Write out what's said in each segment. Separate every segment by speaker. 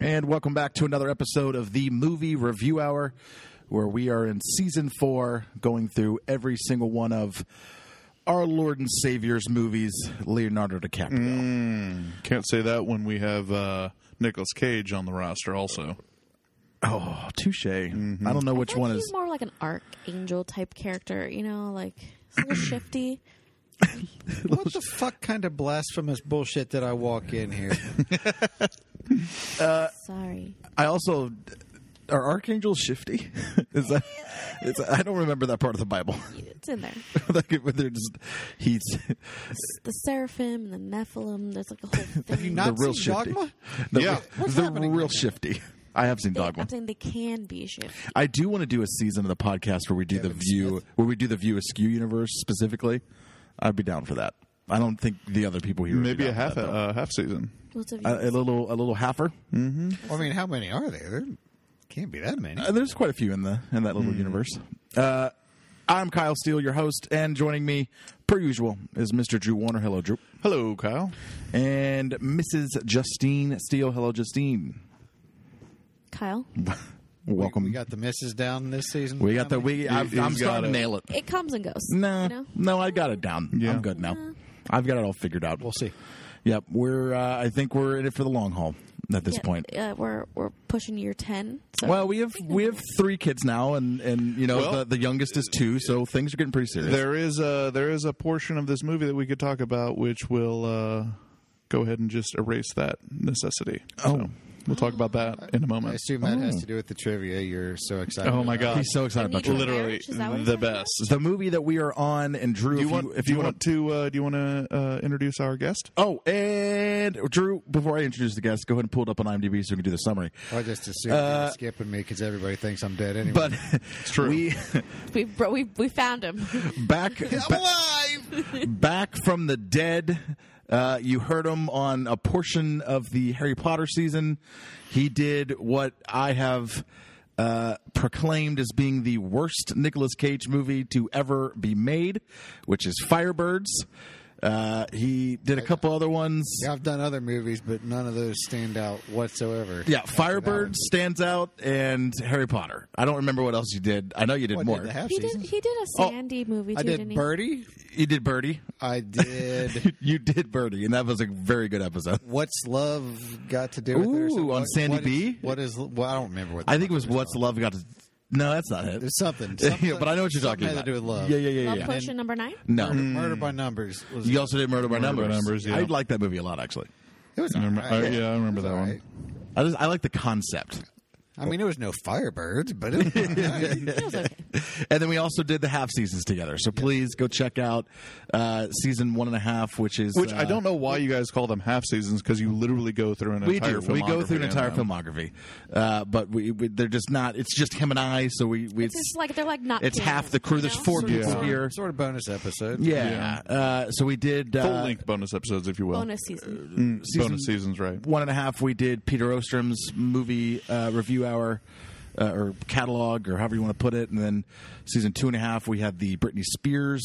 Speaker 1: And welcome back to another episode of the Movie Review Hour, where we are in season four, going through every single one of our Lord and Savior's movies, Leonardo DiCaprio.
Speaker 2: Can't say that when we have uh, Nicolas Cage on the roster, also.
Speaker 1: Oh, touche. I don't know which
Speaker 3: thought
Speaker 1: one
Speaker 3: he
Speaker 1: is.
Speaker 3: was more like an archangel type character, you know, like he's a little shifty.
Speaker 4: What the fuck kind of blasphemous bullshit did I walk in here?
Speaker 3: Sorry.
Speaker 1: I also are archangels shifty. is that? It's, I don't remember that part of the Bible.
Speaker 3: It's in there.
Speaker 1: like when they're just he's
Speaker 3: It's the seraphim and the Nephilim. There's like a whole thing.
Speaker 4: Have you not
Speaker 1: the real
Speaker 4: seen
Speaker 1: shifty.
Speaker 4: Dogma?
Speaker 1: The,
Speaker 2: Yeah.
Speaker 4: What's
Speaker 1: the
Speaker 4: happening
Speaker 1: real
Speaker 4: right now?
Speaker 1: shifty. I have seen
Speaker 3: They,
Speaker 1: Dogma.
Speaker 3: I'm saying they can be shifty.
Speaker 1: I do want to do a season of the podcast where we do the
Speaker 4: Kevin
Speaker 1: view where we do the view askew universe specifically. I'd be down for that. I don't think the other people here. would be
Speaker 2: Maybe a
Speaker 1: down for
Speaker 2: half
Speaker 1: that,
Speaker 2: uh, half season.
Speaker 3: What's up,
Speaker 1: though. a, a little a little halfer.
Speaker 4: Hmm. I mean, how many are there? There can't be that many.
Speaker 1: Uh, there's quite a few in the in that little
Speaker 4: Hmm.
Speaker 1: universe. Uh, I'm Kyle Steele, your host, and joining me, per usual, is Mr. Drew Warner. Hello, Drew,
Speaker 2: Hello, Kyle.
Speaker 1: and Mrs. Justine Steele. Hello, Justine.
Speaker 3: Kyle?
Speaker 1: Welcome.
Speaker 4: We got the misses down this season.
Speaker 1: We got the
Speaker 4: How many?
Speaker 1: we. I've,
Speaker 2: He's
Speaker 1: I'm
Speaker 2: got
Speaker 1: starting
Speaker 2: it.
Speaker 1: to nail it.
Speaker 3: It comes and goes.
Speaker 1: No,
Speaker 3: You know? Uh-huh.
Speaker 1: no, I got it down.
Speaker 2: Yeah.
Speaker 1: I'm good now. I've got it all figured out.
Speaker 4: We'll see.
Speaker 1: Yep, we're. Uh, I think we're in it for the long haul at this
Speaker 3: Yeah,
Speaker 1: point.
Speaker 3: Yeah, we're we're pushing year ten. So
Speaker 1: Well, we have we have three kids now, and and you know
Speaker 2: Well-
Speaker 1: the, the youngest is two, so things are getting pretty serious.
Speaker 2: There is a there is a portion of this movie that we could talk about, which will uh, go ahead and just erase that necessity.
Speaker 1: Oh.
Speaker 2: So we'll talk about that in a
Speaker 4: I
Speaker 2: moment.
Speaker 4: assume that has to do with the trivia. You're so excited.
Speaker 2: Oh my
Speaker 4: about.
Speaker 2: god,
Speaker 1: He's so excited about
Speaker 3: The
Speaker 1: you.
Speaker 3: Neutral
Speaker 2: literally
Speaker 3: Marriage? Is that what
Speaker 2: the
Speaker 3: it's called?
Speaker 2: best.
Speaker 1: the movie that we are on, and Drew,
Speaker 2: Do you
Speaker 1: if
Speaker 2: want
Speaker 1: you, if
Speaker 2: do
Speaker 1: you
Speaker 2: you
Speaker 1: want
Speaker 2: want to uh, do you want to uh, introduce our guest?
Speaker 1: Oh, and Drew, before I introduce the guest, go ahead and pull it up on IMDb so we can do the summary.
Speaker 4: I just assumed you were skipping me because everybody thinks I'm dead anyway.
Speaker 1: Uh, But
Speaker 2: true.
Speaker 1: we
Speaker 3: we bro, we we found him.
Speaker 1: back ba- back from the dead. Uh, you heard him on a portion of the Harry Potter season. He did what I have uh, proclaimed as being the worst Nicolas Cage movie to ever be made, which is Firebirds. Uh, he did a couple other ones.
Speaker 4: Yeah, I've done other movies, but none of those stand out whatsoever.
Speaker 1: Yeah, Firebird stands out, and Harry Potter. I don't remember what else you did. I know you did
Speaker 4: I
Speaker 1: more.
Speaker 4: did the half
Speaker 3: He did
Speaker 4: season.
Speaker 3: he did a
Speaker 1: Oh,
Speaker 3: Sandy movie too,
Speaker 4: I
Speaker 3: not
Speaker 4: did
Speaker 3: he?
Speaker 4: Birdie.
Speaker 1: you did Birdie.
Speaker 4: I did.
Speaker 1: You did Birdie, and that was a very good episode.
Speaker 4: What's love got to do with it? or
Speaker 1: Ooh,
Speaker 4: something?
Speaker 1: on
Speaker 4: What-
Speaker 1: Sandy
Speaker 4: what is-
Speaker 1: B?
Speaker 4: What is? Well, I don't remember what. the
Speaker 1: I think it was
Speaker 4: fuck
Speaker 1: What's
Speaker 4: called.
Speaker 1: Love Got to. No, that's not it.
Speaker 4: There's something.
Speaker 1: Yeah,
Speaker 4: something
Speaker 1: but I know what you're talking
Speaker 4: something had
Speaker 1: about.
Speaker 4: To do with love.
Speaker 1: Yeah, yeah, yeah,
Speaker 3: Love
Speaker 1: yeah.
Speaker 3: Potion number nine?
Speaker 1: No,
Speaker 4: Murder, Murder by Numbers. Was
Speaker 1: you also did Murder by
Speaker 2: Mm. Murder by
Speaker 1: Numbers.
Speaker 2: Numbers, yeah.
Speaker 1: I like that movie a lot, actually.
Speaker 4: It was.
Speaker 2: I remember-
Speaker 4: all right.
Speaker 2: I- yeah, I remember
Speaker 4: It was
Speaker 2: that
Speaker 4: all
Speaker 2: one.
Speaker 4: right.
Speaker 1: I just I like the concept.
Speaker 4: I mean, it was no Firebirds, but it was all right.
Speaker 3: It was okay.
Speaker 1: And then we also did the half seasons together. So please go check out uh, season one and a half, which is
Speaker 2: Which
Speaker 1: uh,
Speaker 2: I don't know why you guys call them half seasons because you literally go through an
Speaker 1: We do.
Speaker 2: entire
Speaker 1: We go through an
Speaker 2: filmography um,
Speaker 1: entire
Speaker 2: in them.
Speaker 1: filmography, uh, but we, we they're just not. It's just him and I. So we, we
Speaker 3: It's just like they're like not.
Speaker 1: it's
Speaker 3: canon,
Speaker 1: half the crew.
Speaker 3: you
Speaker 1: There's
Speaker 3: know?
Speaker 1: four
Speaker 3: Sort of-
Speaker 1: people
Speaker 2: Yeah.
Speaker 1: here.
Speaker 4: sort of bonus episode.
Speaker 1: Yeah. Uh, so we did uh,
Speaker 2: Full length bonus episodes, if you will.
Speaker 3: bonus season.
Speaker 2: Mm,
Speaker 1: season-
Speaker 2: bonus seasons, right?
Speaker 1: one and a half. We did Peter Ostrom's movie uh, review hour. Uh, or catalog, or however you want to put it, and then season two and a half, we had the Britney Spears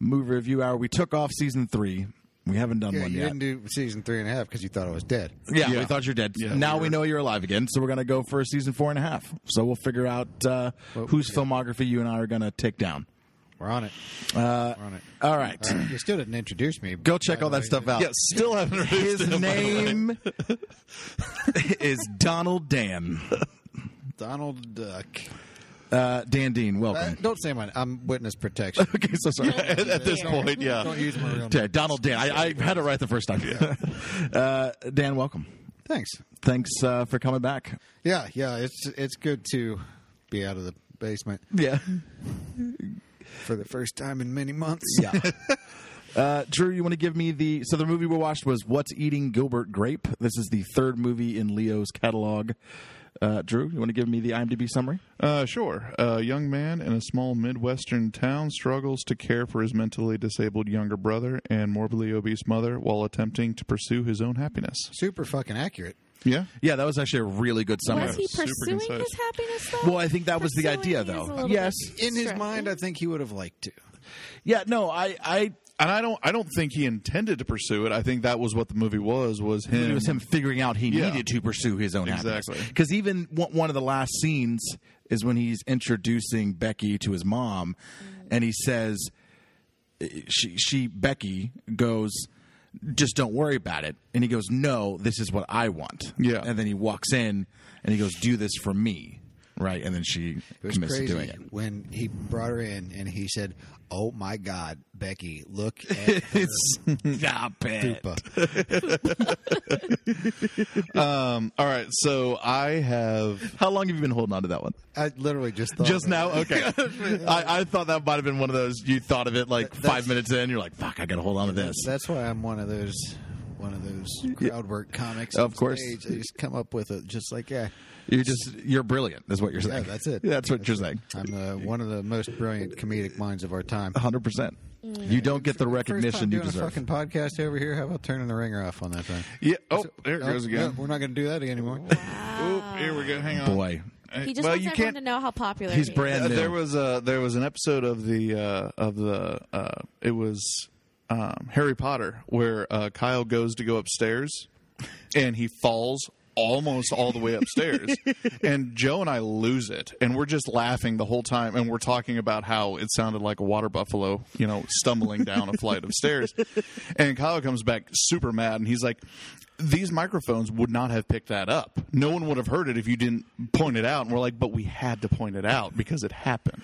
Speaker 1: movie review hour. We took off season three. We haven't done
Speaker 4: Yeah,
Speaker 1: one
Speaker 4: you
Speaker 1: yet.
Speaker 4: didn't do season three and a half because you thought I was dead.
Speaker 1: Yeah, we
Speaker 2: Yeah.
Speaker 1: thought you're dead.
Speaker 2: Yeah,
Speaker 1: now
Speaker 2: we
Speaker 1: we
Speaker 2: were.
Speaker 1: know you're alive again, so we're going to go for season four and a half. So we'll figure out uh, whose filmography you and I are going to take down.
Speaker 4: We're on it. We're on it.
Speaker 1: All right.
Speaker 4: All right, You still didn't introduce me.
Speaker 1: Go check all that stuff out.
Speaker 2: Yeah, still haven't
Speaker 1: His
Speaker 2: released it, by the way.
Speaker 1: name is Donald Dan.
Speaker 4: Donald Duck.
Speaker 1: Uh, Dan Dean,
Speaker 4: Uh,
Speaker 1: welcome.
Speaker 4: don't say mine. I'm witness protection.
Speaker 1: okay, so sorry.
Speaker 2: at, at this point, yeah.
Speaker 4: don't use my real name.
Speaker 1: Yeah, Donald Dan. I, I had it right the first time. uh, Dan, welcome.
Speaker 4: Thanks.
Speaker 1: Thanks uh, for coming back.
Speaker 4: Yeah, yeah. It's it's good to be out of the basement
Speaker 1: Yeah.
Speaker 4: for the first time in many months.
Speaker 1: Yeah. Uh, Drew, you want to give me the so the movie we watched was What's Eating Gilbert Grape. This is the third movie in Leo's catalog. Uh, Drew, you want to give me the IMDb summary?
Speaker 2: Uh, sure. A young man in a small Midwestern town struggles to care for his mentally disabled younger brother and morbidly obese mother while attempting to pursue his own happiness.
Speaker 4: Super fucking accurate.
Speaker 2: Yeah.
Speaker 1: Yeah, that was actually a really good summary.
Speaker 3: Was he
Speaker 2: Super
Speaker 3: pursuing
Speaker 2: concise.
Speaker 3: his happiness though?
Speaker 1: Well, I think that was the
Speaker 3: Pursuing
Speaker 1: idea,
Speaker 3: is a
Speaker 1: though.
Speaker 3: little
Speaker 1: Yes.
Speaker 3: bit
Speaker 4: In his
Speaker 3: stretchy.
Speaker 4: mind, I think he would have liked to.
Speaker 1: Yeah, no, I I
Speaker 2: and I don't I don't think he intended to pursue it. I think that was what the movie was was him.
Speaker 1: It was him figuring out he
Speaker 2: Yeah.
Speaker 1: needed to pursue his own happiness.
Speaker 2: Exactly.
Speaker 1: Because even one one of the last scenes is when he's introducing Becky to his mom, and he says, "She, she, Becky goes." Just don't worry about it. And he goes, No, this is what I want.
Speaker 2: Yeah.
Speaker 1: And then he walks in and he goes, Do this for me. Right. And then she
Speaker 4: It was
Speaker 1: commits to doing
Speaker 4: crazy
Speaker 1: it.
Speaker 4: when he brought her in and he said, "Oh my God, Becky, look at her
Speaker 1: Stop it.
Speaker 4: pupa."
Speaker 2: Um, all right, so I have
Speaker 1: How long have you been holding on to that one?
Speaker 4: I literally just thought
Speaker 1: Just
Speaker 4: of it.
Speaker 1: now? Okay. I, I thought that might have been one of those you thought of it like five minutes in. You're like, fuck, I got to hold on to this.
Speaker 4: That's why I'm one of those one of those crowd work comics.
Speaker 1: Of
Speaker 4: on
Speaker 1: course.
Speaker 4: stage. I just come up with it, just like yeah.
Speaker 1: You're just, you're brilliant, is what you're saying.
Speaker 4: that's it.
Speaker 1: That's what you're saying.
Speaker 4: I'm uh, one of the most brilliant comedic minds of our time.
Speaker 1: 100%. You don't get the
Speaker 4: Mm. First time
Speaker 1: Uh, recognition you
Speaker 4: doing a
Speaker 1: deserve.
Speaker 4: fucking podcast over here. How about turning the ringer off on that thing?
Speaker 2: yeah. Oh, there it goes
Speaker 4: Oh,
Speaker 2: again.
Speaker 4: no, we're not going to do that anymore.
Speaker 2: Oh, here we go. Hang on.
Speaker 1: Boy.
Speaker 2: Uh,
Speaker 3: He just
Speaker 2: well,
Speaker 3: wants
Speaker 2: you
Speaker 3: everyone
Speaker 2: can't.
Speaker 3: to know how popular
Speaker 1: He's
Speaker 3: he is.
Speaker 1: brand
Speaker 2: Uh,
Speaker 1: new.
Speaker 2: there was a there was an episode of the uh, of the uh, it was um, Harry Potter where uh, Kyle goes to go upstairs and he falls almost all the way upstairs and Joe and I lose it and we're just laughing the whole time and we're talking about how it sounded like a water buffalo you know stumbling down a flight of stairs and Kyle comes back super mad and he's like these microphones would not have picked that up no one would have heard it if you didn't point it out and we're like but we had to point it out because it happened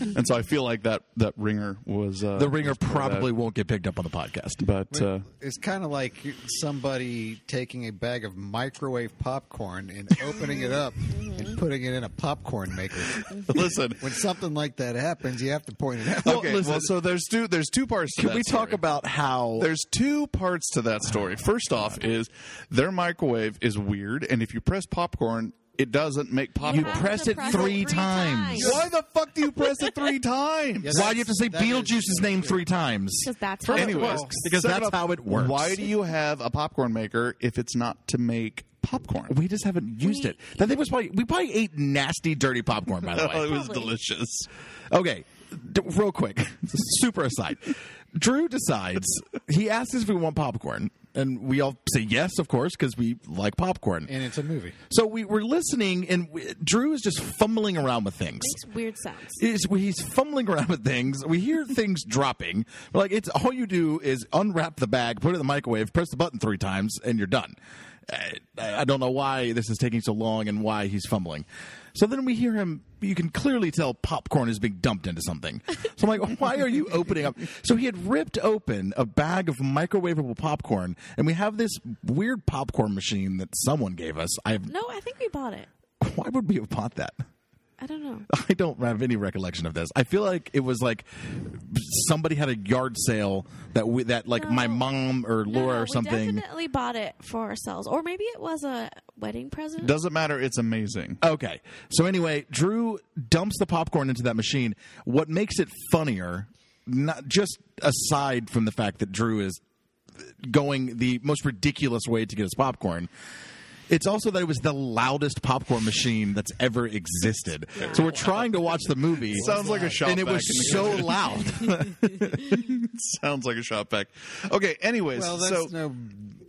Speaker 2: and so I feel like that that ringer was uh,
Speaker 1: the ringer
Speaker 2: was part of that.
Speaker 1: probably won't get picked up on the podcast.
Speaker 2: but uh,
Speaker 4: It's kind of like somebody taking a bag of microwave popcorn and opening it up
Speaker 3: Mm-hmm.
Speaker 4: and putting it in a popcorn maker.
Speaker 2: listen
Speaker 4: When something like that happens, you have to point it out.
Speaker 2: Okay,
Speaker 1: listen.
Speaker 2: well, so there's two. There's two parts. To
Speaker 1: Can
Speaker 2: that
Speaker 1: we talk
Speaker 2: story.
Speaker 1: about how
Speaker 2: There's two parts to that story. First off, is their microwave is weird, and if you press popcorn, it doesn't make
Speaker 1: you
Speaker 2: popcorn.
Speaker 3: have to
Speaker 1: press it
Speaker 3: press it
Speaker 1: three
Speaker 3: three
Speaker 1: times?
Speaker 3: times.
Speaker 2: Why the fuck do you press it three times?
Speaker 4: Yes.
Speaker 1: Why do you have to say
Speaker 4: That is-
Speaker 1: Beetlejuice's name three times?
Speaker 3: Because that's how it
Speaker 2: Anyways,
Speaker 3: works.
Speaker 1: Because
Speaker 2: second
Speaker 1: that's
Speaker 2: off,
Speaker 1: how it works.
Speaker 2: Why do you have a popcorn maker if it's not to make popcorn?
Speaker 1: We just haven't used
Speaker 3: We-
Speaker 1: it. That thing was probably we probably ate nasty, dirty popcorn. By the
Speaker 2: Oh, it
Speaker 1: way,
Speaker 2: was
Speaker 3: Probably.
Speaker 2: delicious.
Speaker 1: okay. D- real quick, super aside. Drew decides he asks us if we want popcorn, and we all say yes, of course, because we like popcorn.
Speaker 4: And it's a movie.
Speaker 1: so we were listening, and we, Drew is just fumbling around with things.
Speaker 3: Makes weird sounds.
Speaker 1: Is he's fumbling around with things. We hear things dropping. We're like it's all you do is unwrap the bag, put it in the microwave, press the button three times, and you're done. I, I don't know why this is taking so long and why he's fumbling. So then we hear him. You can clearly tell popcorn is being dumped into something. So I'm like, why are you opening up? So he had ripped open a bag of microwavable popcorn, and we have this weird popcorn machine that someone gave us. I have,
Speaker 3: No, I think we bought it.
Speaker 1: why would we have bought that?
Speaker 3: I don't know.
Speaker 1: I don't have any recollection of this. I feel like it was like somebody had a yard sale that we, that like
Speaker 3: No.
Speaker 1: my mom or
Speaker 3: No,
Speaker 1: Laura
Speaker 3: no,
Speaker 1: or something.
Speaker 3: We definitely bought it for ourselves, or maybe it was a wedding present.
Speaker 2: Doesn't matter. It's amazing.
Speaker 1: Okay. So anyway, Drew dumps the popcorn into that machine. What makes it funnier, not just aside from the fact that Drew is going the most ridiculous way to get his popcorn. It's also that it was the loudest popcorn machine that's ever existed. So we're trying to watch the movie.
Speaker 2: Sounds like a shop
Speaker 1: and it
Speaker 2: vac
Speaker 1: was
Speaker 2: in the
Speaker 1: so loud.
Speaker 2: Sounds like a shop back. Okay. Anyways,
Speaker 4: Well, that's
Speaker 2: so
Speaker 4: no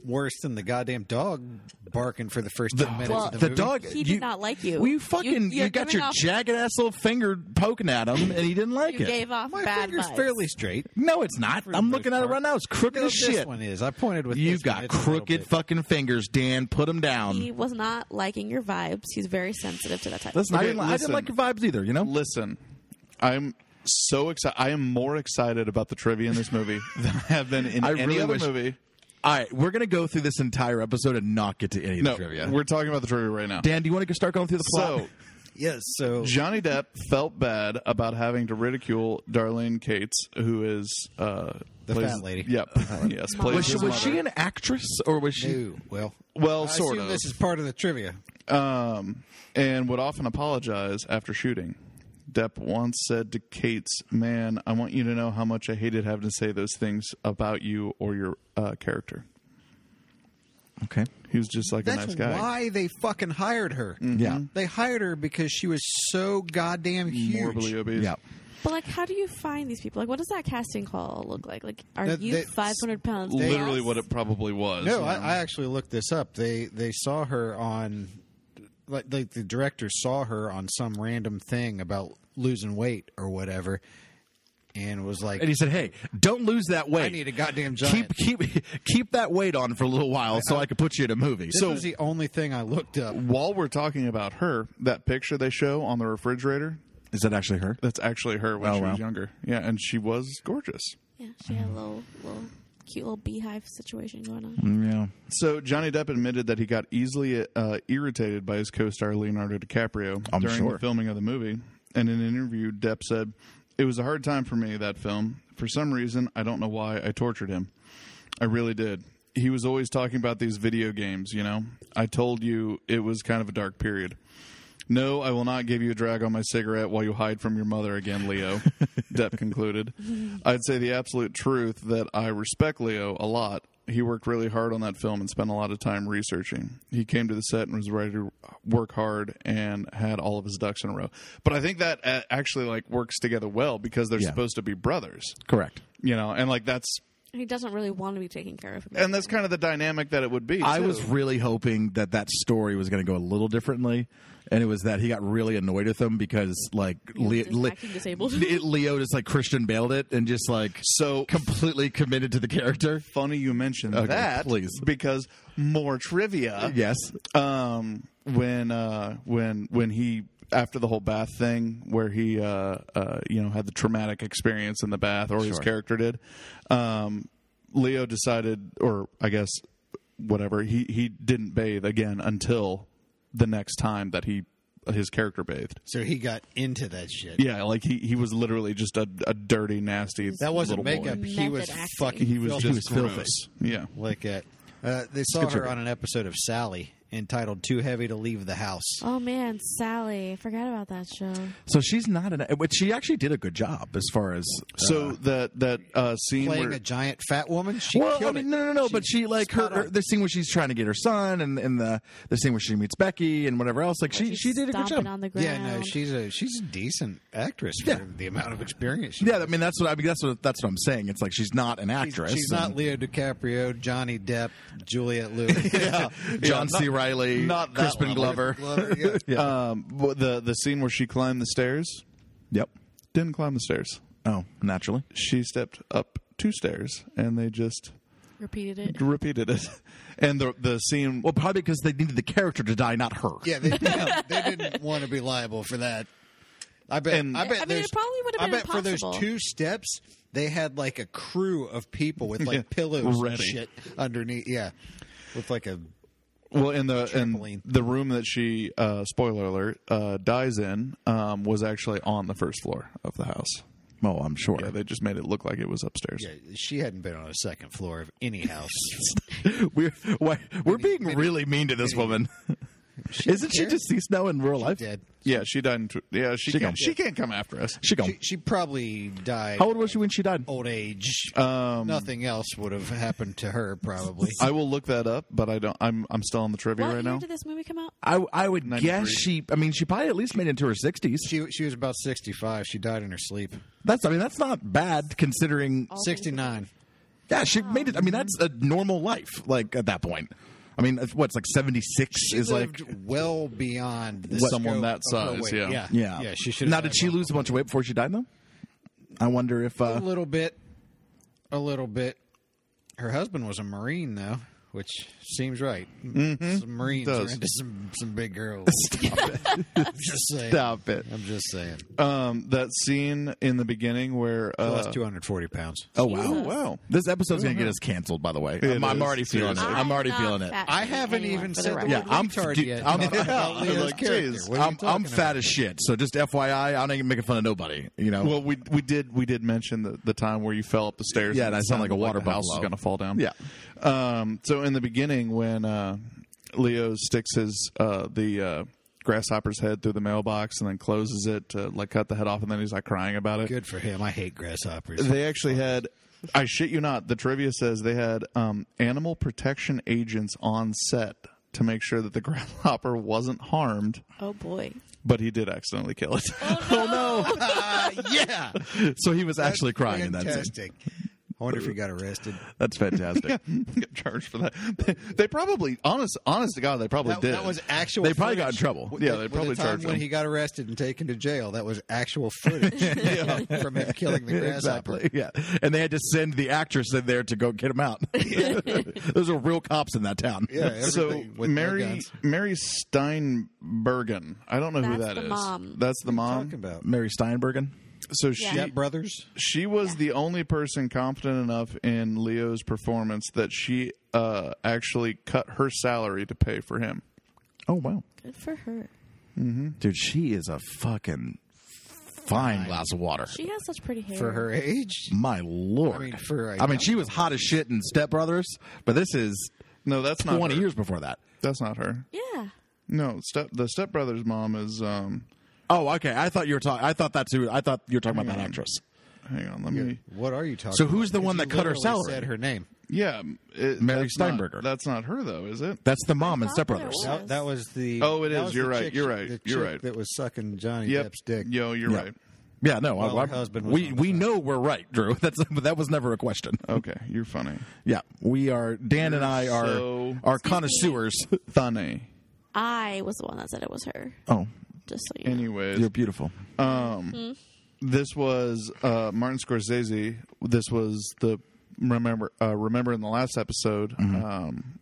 Speaker 4: worse than the goddamn dog barking for the first ten minutes
Speaker 1: Well,
Speaker 4: of the,
Speaker 1: the
Speaker 4: movie.
Speaker 1: dog.
Speaker 3: He did not like you.
Speaker 1: Well, you
Speaker 3: You-
Speaker 1: fucking. You,
Speaker 3: you're
Speaker 1: got
Speaker 3: giving
Speaker 1: your
Speaker 3: off-
Speaker 1: jagged ass little finger poking at him, and he didn't like
Speaker 3: you
Speaker 1: it.
Speaker 3: gave off
Speaker 4: My
Speaker 3: bad
Speaker 4: finger's
Speaker 3: vibes.
Speaker 4: fairly straight.
Speaker 1: no, it's not.
Speaker 4: the
Speaker 1: I'm
Speaker 4: most
Speaker 1: looking at it
Speaker 4: part.
Speaker 1: right now. It's crooked
Speaker 4: No,
Speaker 1: as shit.
Speaker 4: This one is. I pointed with.
Speaker 1: You
Speaker 4: this one.
Speaker 1: got
Speaker 4: It's a little
Speaker 1: crooked
Speaker 4: bit-
Speaker 1: fucking fingers, Dan. Put them
Speaker 3: He
Speaker 1: down.
Speaker 3: was not liking your vibes. He's very sensitive to that type.
Speaker 1: Listen, I,
Speaker 2: Okay,
Speaker 1: didn't, I didn't
Speaker 2: listen.
Speaker 1: like your vibes either. You know,
Speaker 2: Listen, I'm so excited. I am more excited about the trivia in this movie than I have been in
Speaker 1: I
Speaker 2: any
Speaker 1: really
Speaker 2: other
Speaker 1: wish-
Speaker 2: movie.
Speaker 1: all right, we're gonna go through this entire episode and not get to any of
Speaker 2: No,
Speaker 1: the trivia.
Speaker 2: we're talking about the trivia right now.
Speaker 1: Dan, do you want to start going through the plot?
Speaker 2: So
Speaker 4: Yes. So
Speaker 2: Johnny Depp felt bad about having to ridicule Darlene Cates, who is uh,
Speaker 4: The
Speaker 2: plays-
Speaker 4: fat lady. Uh-huh.
Speaker 2: Yep. yes. Plays
Speaker 1: was, she,
Speaker 2: his
Speaker 1: was she
Speaker 2: mother.
Speaker 1: an actress or was she?
Speaker 4: Ooh, well,
Speaker 2: Well,
Speaker 4: I
Speaker 2: sort
Speaker 4: assume
Speaker 2: of.
Speaker 4: This is part of the trivia.
Speaker 2: um, and would often apologize after shooting. Depp once said to Cates, "Man, I want you to know how much I hated having to say those things about you or your uh, character."
Speaker 1: Okay.
Speaker 2: He was just like a
Speaker 4: That's
Speaker 2: nice guy. Mm-hmm.
Speaker 4: why they fucking hired her.
Speaker 1: Yeah.
Speaker 4: They hired her because she was so goddamn huge.
Speaker 2: Morbidly obese.
Speaker 1: Yeah.
Speaker 3: But like, how do you find these people? Like, what does that casting call look like? Like, are
Speaker 4: That-
Speaker 3: you
Speaker 4: they-
Speaker 3: five hundred pounds?
Speaker 2: Literally,
Speaker 3: plus?
Speaker 2: what it probably was.
Speaker 4: No,
Speaker 2: you
Speaker 4: I,
Speaker 2: know?
Speaker 4: I actually looked this up. They they saw her on, like, like the director saw her on some random thing about losing weight or whatever, and was like,
Speaker 1: And he said, "Hey, don't lose that weight.
Speaker 4: I need a goddamn giant."
Speaker 1: keep keep keep that weight on for a little while, so I can put you in a movie."
Speaker 4: This
Speaker 1: So
Speaker 4: was the only thing I looked up.
Speaker 2: While we're talking about her, that picture they show on the refrigerator,
Speaker 1: is that actually her?
Speaker 2: that's actually her when
Speaker 1: Oh,
Speaker 2: she
Speaker 1: wow.
Speaker 2: was younger. Yeah, and she was gorgeous.
Speaker 3: Yeah, she had a little, little cute little beehive situation going on.
Speaker 1: Mm, Yeah.
Speaker 2: So Johnny Depp admitted that he got easily uh, irritated by his co-star Leonardo DiCaprio
Speaker 1: I'm
Speaker 2: during
Speaker 1: sure.
Speaker 2: the filming of the movie. And in an interview, Depp said, "It was a hard time for me that film. For some reason, I don't know why, I tortured him. I really did. He was always talking about these video games. You know, I told you it was kind of a dark period." No, I will not give you a drag on my cigarette while you hide from your mother again, Leo. Depp concluded. I'd say the absolute truth that I respect Leo a lot. He worked really hard on that film and spent a lot of time researching. He came to the set and was ready to work hard and had all of his ducks in a row. But I think that uh, actually like works together well because they're
Speaker 1: Yeah.
Speaker 2: supposed to be brothers,
Speaker 1: Correct.
Speaker 2: you know, and like that's
Speaker 3: And he doesn't really want to be taken care of.
Speaker 2: and that's kind of the dynamic that it would be.
Speaker 1: I
Speaker 2: too.
Speaker 1: was really hoping that that story was going to go a little differently, and it was that he got really annoyed with him because like Le-
Speaker 3: was
Speaker 1: Le-
Speaker 3: acting disabled.
Speaker 1: it- Leo just like Christian bailed it and just like
Speaker 2: so
Speaker 1: completely committed to the character.
Speaker 2: funny you mentioned
Speaker 1: Okay,
Speaker 2: that
Speaker 1: please.
Speaker 2: because more trivia.
Speaker 1: Yes.
Speaker 2: um, when uh, when when he after the whole bath thing where he uh, uh, you know had the traumatic experience in the bath or his
Speaker 1: Sure.
Speaker 2: character did um, leo decided or i guess whatever he, he didn't bathe again until the next time that he his character bathed
Speaker 4: So he got into that shit.
Speaker 2: yeah like he, he was literally just a, a dirty nasty
Speaker 4: That wasn't
Speaker 2: little boy.
Speaker 4: makeup. He
Speaker 3: Method
Speaker 4: was
Speaker 3: acting.
Speaker 4: fucking.
Speaker 2: he was
Speaker 4: filthy.
Speaker 2: just
Speaker 1: was filthy.
Speaker 2: gross yeah
Speaker 4: like that. Uh, they saw her on an episode of Sally entitled "Too Heavy to Leave the House."
Speaker 3: Oh man, Sally! I forgot about that show.
Speaker 1: So she's not an, but she actually did a good job as far as
Speaker 2: so that that uh, scene
Speaker 4: Playing
Speaker 2: where
Speaker 4: a giant fat woman. She
Speaker 1: well, I
Speaker 4: killed
Speaker 1: mean,
Speaker 4: it.
Speaker 1: no, no, no. but she like her,
Speaker 4: spot on.
Speaker 1: her the scene where she's trying to get her son, and, and the the scene where she meets Becky, and whatever else. Like she
Speaker 3: She's
Speaker 1: she did a good
Speaker 3: stomping
Speaker 1: job.
Speaker 3: on the ground.
Speaker 4: Yeah, no, she's a she's a decent actress for
Speaker 1: Yeah.
Speaker 4: the amount of experience. She
Speaker 1: yeah, I mean that's what I mean. That's what that's what I'm saying. It's like she's not an
Speaker 4: She's,
Speaker 1: actress.
Speaker 4: she's not
Speaker 1: and
Speaker 4: Leo DiCaprio, Johnny Depp, Juliette Lewis,
Speaker 1: John
Speaker 2: Yeah,
Speaker 1: C.
Speaker 2: not-
Speaker 1: Riley,
Speaker 2: not that
Speaker 1: Crispin Glover.
Speaker 2: level.
Speaker 4: Glover, yeah.
Speaker 2: um, w- the the scene where she climbed the stairs
Speaker 1: Yep.
Speaker 2: didn't climb the stairs.
Speaker 1: Oh, naturally.
Speaker 2: She stepped up two stairs, and they just
Speaker 3: repeated it.
Speaker 2: repeated it. And the the scene,
Speaker 1: Well, probably because they needed the character to die, not her.
Speaker 4: Yeah, they, yeah, they didn't want to be liable for that. I bet.
Speaker 2: And-
Speaker 4: I bet.
Speaker 3: I mean, it
Speaker 4: there's-
Speaker 3: probably would have
Speaker 4: I
Speaker 3: been
Speaker 4: bet for
Speaker 3: impossible.
Speaker 4: those two steps, they had like a crew of people with like pillows and
Speaker 2: ready.
Speaker 4: shit underneath. Yeah, with like a
Speaker 2: well, in the in
Speaker 4: Trampoline.
Speaker 2: the room that she, uh, spoiler alert, uh, dies in, um, was actually on the first floor of the house.
Speaker 1: Oh, I'm sure.
Speaker 2: Yeah, they just made it look like it was upstairs.
Speaker 4: yeah. She hadn't been on a second floor of any house.
Speaker 1: We're why, we're being really mean to this woman. Isn't she
Speaker 4: cares.
Speaker 1: deceased now in real life?
Speaker 4: Dead.
Speaker 2: Yeah, she died. In tw- yeah,
Speaker 1: She
Speaker 2: she, can't.
Speaker 1: gone.
Speaker 2: She can't come after us.
Speaker 1: She gone.
Speaker 4: She, Oh, she probably died.
Speaker 1: How old was she when she died?
Speaker 4: Old age.
Speaker 2: Um,
Speaker 4: Nothing else would have happened to her. Probably.
Speaker 2: I will look that up, but I don't. I'm I'm still on the trivia
Speaker 3: What year
Speaker 2: right now.
Speaker 3: did this movie come out?
Speaker 1: I I would
Speaker 2: 93.
Speaker 1: guess she. I mean, she probably at least made it into her 60s.
Speaker 4: she she was about sixty five. She died in her sleep.
Speaker 1: That's I mean that's not bad considering.
Speaker 4: Sixty nine.
Speaker 1: Yeah, she made it. I mean that's a normal life like at that point. I mean it's- what's like seventy six is like
Speaker 4: lived well beyond the
Speaker 2: What- someone
Speaker 4: scope
Speaker 2: that
Speaker 4: of her
Speaker 2: size,
Speaker 4: weight.
Speaker 2: yeah.
Speaker 4: yeah,
Speaker 1: yeah
Speaker 4: yeah. She should.
Speaker 1: Now did she lose a bunch of weight before she died though? I wonder if
Speaker 4: a
Speaker 1: uh,
Speaker 4: little bit? A little bit. Her husband was a marine, though, which seems right.
Speaker 1: Mm-hmm.
Speaker 4: Some Marines are
Speaker 2: does.
Speaker 4: into some some big girls. I'm just saying.
Speaker 2: Stop it.
Speaker 4: I'm just saying.
Speaker 2: Um, that scene in the beginning where
Speaker 4: I
Speaker 2: uh,
Speaker 4: lost 240 pounds.
Speaker 1: oh wow
Speaker 2: Oh, wow.
Speaker 1: this episode's
Speaker 4: Uh-huh.
Speaker 1: gonna get us canceled by the way.
Speaker 2: It
Speaker 1: I'm, I'm
Speaker 2: is,
Speaker 1: already feeling it.
Speaker 2: seriously.
Speaker 1: I'm already
Speaker 3: not
Speaker 1: feeling it.
Speaker 3: fat
Speaker 4: I
Speaker 3: shaming
Speaker 4: haven't
Speaker 3: anyone,
Speaker 4: even
Speaker 3: for the
Speaker 4: said the
Speaker 3: record.
Speaker 1: Yeah,
Speaker 4: word
Speaker 1: I'm-
Speaker 4: retard
Speaker 1: dude,
Speaker 4: yet.
Speaker 1: I'm-
Speaker 4: Talking about
Speaker 2: I'm
Speaker 4: Leo's
Speaker 2: like,
Speaker 4: character.
Speaker 2: geez,
Speaker 4: What are you
Speaker 1: I'm I'm
Speaker 4: talking
Speaker 1: fat
Speaker 4: about?
Speaker 1: as shit. So just FYI, I ain't making fun of nobody. You know.
Speaker 2: Well, we we did we did mention the, the time where you fell up the stairs.
Speaker 1: Yeah, and I
Speaker 2: it
Speaker 1: sound like a
Speaker 2: sounded
Speaker 1: water
Speaker 2: the house
Speaker 1: buffalo.
Speaker 2: is going to fall down.
Speaker 1: Yeah.
Speaker 2: Um. So in the beginning, when uh, Leo sticks his uh, the uh, grasshopper's head through the mailbox and then closes it to like cut the head off, and then he's like crying about it.
Speaker 4: Good for him. I hate grasshoppers.
Speaker 2: They actually had. I shit you not. The trivia says they had um, animal protection agents on set to make sure that the groundhopper wasn't harmed,
Speaker 3: Oh boy.
Speaker 2: but he did accidentally kill it.
Speaker 1: Oh no!
Speaker 4: Ah, yeah,
Speaker 1: so he was actually crying in that scene.
Speaker 4: Fantastic. I wonder if he got arrested.
Speaker 1: That's fantastic.
Speaker 2: Get charged for that. They, they probably, honest, honest to God, they probably
Speaker 4: That,
Speaker 2: did.
Speaker 4: that was actual.
Speaker 1: They probably got in
Speaker 4: footage.
Speaker 1: trouble.
Speaker 2: Yeah,
Speaker 4: With-
Speaker 2: they
Speaker 4: with
Speaker 2: probably
Speaker 4: the time
Speaker 2: charged
Speaker 4: when
Speaker 2: him.
Speaker 4: he got arrested and taken to jail. That was actual footage from him killing the grasshopper.
Speaker 1: Exactly. Yeah, and they had to send the actress in there to go get him out. Those are real cops in that town.
Speaker 4: Yeah,
Speaker 2: so
Speaker 4: everything with no
Speaker 2: Mary
Speaker 4: guns.
Speaker 2: Mary Steinbergen. I don't know who
Speaker 3: That's
Speaker 2: that
Speaker 3: the
Speaker 2: is.
Speaker 3: mom.
Speaker 2: That's the mom.
Speaker 4: talking about
Speaker 1: um, Mary Steinbergen.
Speaker 2: So she
Speaker 3: Yeah.
Speaker 4: Step Brothers.
Speaker 2: she was the only person confident enough in Leo's performance that she uh, actually cut her salary to pay for him.
Speaker 1: Oh wow,
Speaker 3: Good for her.
Speaker 1: dude, she is a fucking fine glass of water.
Speaker 3: She has such pretty hair.
Speaker 4: for her age.
Speaker 1: My lord.
Speaker 4: I mean, for a-
Speaker 1: I mean, she was hot as shit in Step Brothers, but this is
Speaker 2: No, that's not
Speaker 1: twenty
Speaker 2: her.
Speaker 1: years before that.
Speaker 2: That's not her.
Speaker 3: Yeah.
Speaker 2: No, step the stepbrother's mom is. Um,
Speaker 1: Oh, okay. I thought you were talking. I thought that's who. I thought you were talking
Speaker 4: Mm-hmm.
Speaker 1: about that actress.
Speaker 2: hang on, let me.
Speaker 4: What are you talking?
Speaker 1: So who's
Speaker 4: about?
Speaker 1: the one
Speaker 4: You
Speaker 1: that cut her
Speaker 4: literally
Speaker 1: salary?
Speaker 4: Said her name.
Speaker 2: Yeah, it,
Speaker 1: Mary
Speaker 2: that's not-
Speaker 1: Steinberger.
Speaker 2: that's not her though, is it?
Speaker 1: That's the mom in
Speaker 3: thought
Speaker 1: Step
Speaker 3: there
Speaker 1: Brothers.
Speaker 3: was.
Speaker 4: That, that was the.
Speaker 2: Oh, it
Speaker 4: it
Speaker 2: is. You're right. You're right.
Speaker 4: The
Speaker 2: You're
Speaker 4: chick
Speaker 2: right.
Speaker 4: That was sucking Johnny Depp's dick.
Speaker 2: Yo, you're
Speaker 1: Yeah.
Speaker 2: right.
Speaker 1: Yeah, no. I-
Speaker 4: Well, her
Speaker 1: I'm-
Speaker 4: husband was
Speaker 1: we
Speaker 4: on
Speaker 1: we
Speaker 4: the
Speaker 1: know we're right, Drew. That's that was never a question.
Speaker 2: Okay, you're funny.
Speaker 1: Yeah, we are. Dan and I are
Speaker 2: So-
Speaker 1: are connoisseurs.
Speaker 2: Funny.
Speaker 3: I was the one that said it was her.
Speaker 1: Oh,
Speaker 3: Just so you know.
Speaker 2: Anyways,
Speaker 1: you're beautiful.
Speaker 2: this was uh, Martin Scorsese. This was the remember uh, remember in the last episode.
Speaker 1: Mm-hmm.
Speaker 2: Um,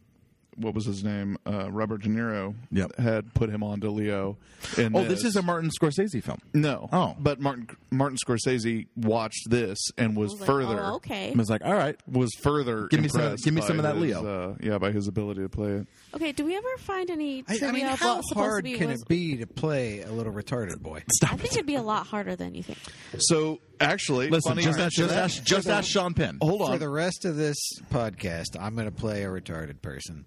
Speaker 2: what was his name? Uh, Robert De Niro
Speaker 1: Yep.
Speaker 2: had put him on to Leo. In
Speaker 1: Oh, this is a Martin Scorsese film.
Speaker 2: no.
Speaker 1: Oh.
Speaker 2: but Martin Martin Scorsese watched this and was,
Speaker 3: I was like,
Speaker 2: further
Speaker 3: oh, okay.
Speaker 1: I was like, all right,
Speaker 2: was further.
Speaker 1: Give me some-
Speaker 2: impressed
Speaker 1: give me
Speaker 2: by
Speaker 1: some of that
Speaker 2: his,
Speaker 1: Leo.
Speaker 2: Uh, yeah, by his ability to play it.
Speaker 3: Okay, do we ever find any
Speaker 4: I,
Speaker 3: trivia
Speaker 4: I mean,
Speaker 3: of
Speaker 4: how
Speaker 3: what's supposed
Speaker 4: hard
Speaker 3: to be
Speaker 4: can
Speaker 3: was-
Speaker 4: it be to play a little retarded boy?
Speaker 3: I think it'd be a lot harder than you think.
Speaker 2: So actually,
Speaker 1: listen.
Speaker 2: funny
Speaker 1: Just
Speaker 2: you
Speaker 1: ask, just
Speaker 2: mention
Speaker 1: ask, just ask Sean Penn.
Speaker 2: that. Hold
Speaker 4: For
Speaker 2: on.
Speaker 4: the rest of this podcast, I'm going to play a retarded person.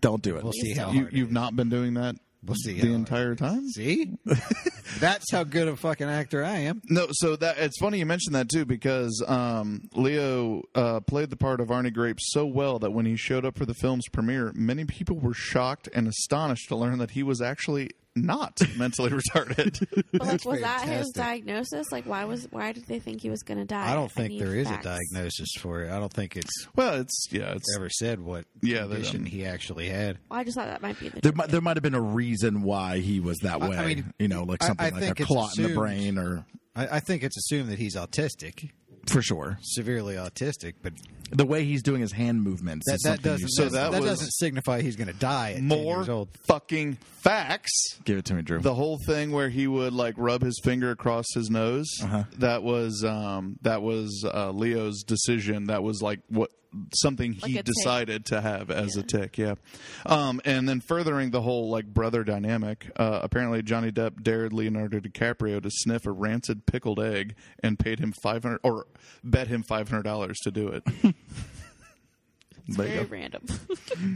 Speaker 1: Don't do it.
Speaker 4: We'll see how
Speaker 2: you,
Speaker 4: hard. it
Speaker 2: you've not been doing that
Speaker 4: We'll see
Speaker 2: the
Speaker 4: how-
Speaker 2: entire time.
Speaker 4: is. See, that's how good a fucking actor I am.
Speaker 2: No, so that it's funny you mentioned that too because um, Leo uh, played the part of Arnie Grape so well that when he showed up for the film's premiere, many people were shocked and astonished to learn that he was actually not mentally retarded.
Speaker 3: But like, was that his
Speaker 4: fantastic.
Speaker 3: diagnosis? Like, why was why did they think he was going to die?
Speaker 4: I don't think
Speaker 3: need
Speaker 4: there is
Speaker 3: facts.
Speaker 4: a diagnosis for it. I don't think it's
Speaker 2: well, it's yeah, it's
Speaker 4: ever said what
Speaker 2: Yeah, they
Speaker 4: condition
Speaker 2: don't.
Speaker 4: he actually had.
Speaker 3: Well, I just thought that might be the.
Speaker 1: There might, there might have been a reason why he was that
Speaker 4: I- I
Speaker 1: way.
Speaker 4: mean,
Speaker 1: you know, like
Speaker 4: I-
Speaker 1: something
Speaker 4: I
Speaker 1: like
Speaker 4: think
Speaker 1: a
Speaker 4: it's
Speaker 1: clot in the
Speaker 4: assumed-
Speaker 1: brain, or
Speaker 4: I, I think it's assumed that he's autistic,
Speaker 1: for sure.
Speaker 4: severely autistic, but
Speaker 1: The way he's doing his hand movements.
Speaker 4: that,
Speaker 1: is
Speaker 4: that
Speaker 1: something you
Speaker 4: doesn't
Speaker 1: said.
Speaker 2: So that
Speaker 4: that,
Speaker 2: was-
Speaker 4: doesn't signify he's going to die at 10 years
Speaker 2: more
Speaker 4: old.
Speaker 2: fucking facts.
Speaker 1: Give it to me, Drew.
Speaker 2: The whole thing where he would like rub his finger across his nose
Speaker 1: Uh-huh.
Speaker 2: that was um, that was uh, Leo's decision. That was like what something
Speaker 3: Like
Speaker 2: he
Speaker 3: a tick.
Speaker 2: decided to have as a tick. Yeah, um, and then furthering the whole like brother dynamic. Uh, apparently, Johnny Depp dared Leonardo DiCaprio to sniff a rancid pickled egg and paid him five hundred or bet him five hundred dollars to do it.
Speaker 1: There you
Speaker 3: very
Speaker 1: go.
Speaker 3: random.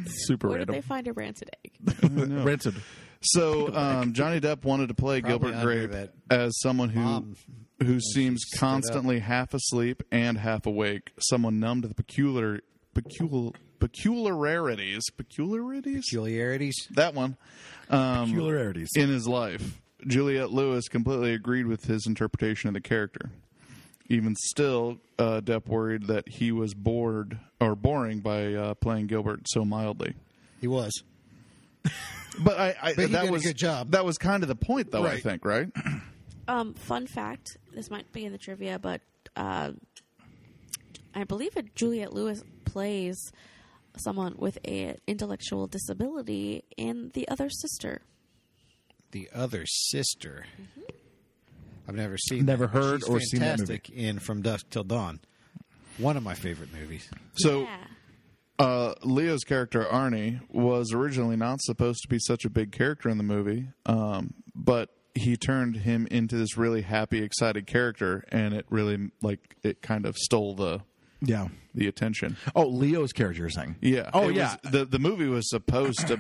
Speaker 1: Super
Speaker 3: Where did they
Speaker 1: random.
Speaker 3: find a rancid egg?
Speaker 1: Rancid.
Speaker 2: So um, Johnny Depp wanted to play
Speaker 4: Probably
Speaker 2: Gilbert
Speaker 4: under
Speaker 2: Grape
Speaker 4: that
Speaker 2: as someone who
Speaker 4: mom
Speaker 2: who seems constantly half asleep and half awake, someone numb to the peculiar pecul- peculiarities peculiarities
Speaker 4: Peculiarities.
Speaker 2: that one um,
Speaker 1: Peculiarities.
Speaker 2: in his life. Juliette Lewis completely agreed with his interpretation of the character. Even still, uh, Depp worried that he was bored or boring by uh, playing Gilbert so mildly.
Speaker 4: He was.
Speaker 2: But I, I
Speaker 4: But he
Speaker 2: that
Speaker 4: did a
Speaker 2: was
Speaker 4: good job.
Speaker 2: That was kind of the point, though. I
Speaker 4: Right.
Speaker 2: think, right?
Speaker 3: Um, fun fact: this might be in the trivia, but uh, I believe that Juliet Lewis plays someone with a intellectual disability in the other sister.
Speaker 4: The other sister. I've never seen,
Speaker 1: Mm-hmm. Never
Speaker 4: that.
Speaker 1: heard
Speaker 4: She's
Speaker 1: or seen that movie.
Speaker 4: fantastic In From Dusk Till Dawn, one of my favorite movies.
Speaker 2: So
Speaker 3: yeah.
Speaker 2: uh, Leo's character Arnie was originally not supposed to be such a big character in the movie, um, but he turned him into this really happy, excited character, and it really like it kind of stole the
Speaker 1: Yeah.
Speaker 2: the attention.
Speaker 1: Oh, Leo's character you're saying.
Speaker 2: Yeah.
Speaker 1: Oh,
Speaker 2: It
Speaker 1: yeah.
Speaker 2: was- the the movie was supposed to,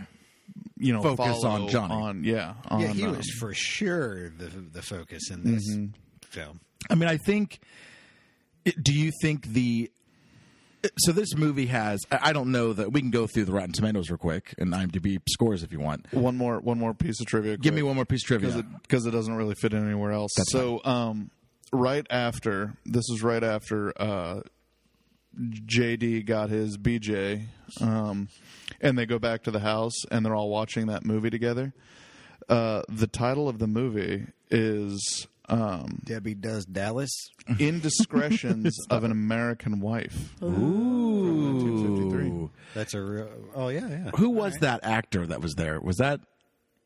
Speaker 2: you know,
Speaker 1: Focus
Speaker 2: follow
Speaker 1: on Johnny.
Speaker 2: On, yeah.
Speaker 1: Oh,
Speaker 2: On,
Speaker 4: Yeah, he
Speaker 2: um,
Speaker 4: was for sure the the focus in
Speaker 1: Mm-hmm.
Speaker 4: this film.
Speaker 1: I mean, I think. Do you think the so this movie has I I don't know that we can go through the Rotten Tomatoes real quick and IMDb scores if you want.
Speaker 2: um, One more, one more piece of trivia.
Speaker 1: Give me
Speaker 2: quick.
Speaker 1: one more piece of trivia.
Speaker 2: because it because it doesn't really fit in anywhere else. so, um, right after this is right after uh, JD got his BJ, um, and they go back to the house and they're all watching that movie together. Uh, the title of the movie is um,
Speaker 4: Debbie does Dallas.
Speaker 2: "Indiscretions of an American Wife."
Speaker 1: Ooh.
Speaker 4: That's a real. Oh yeah, yeah.
Speaker 1: Who was that actor that was there? Was that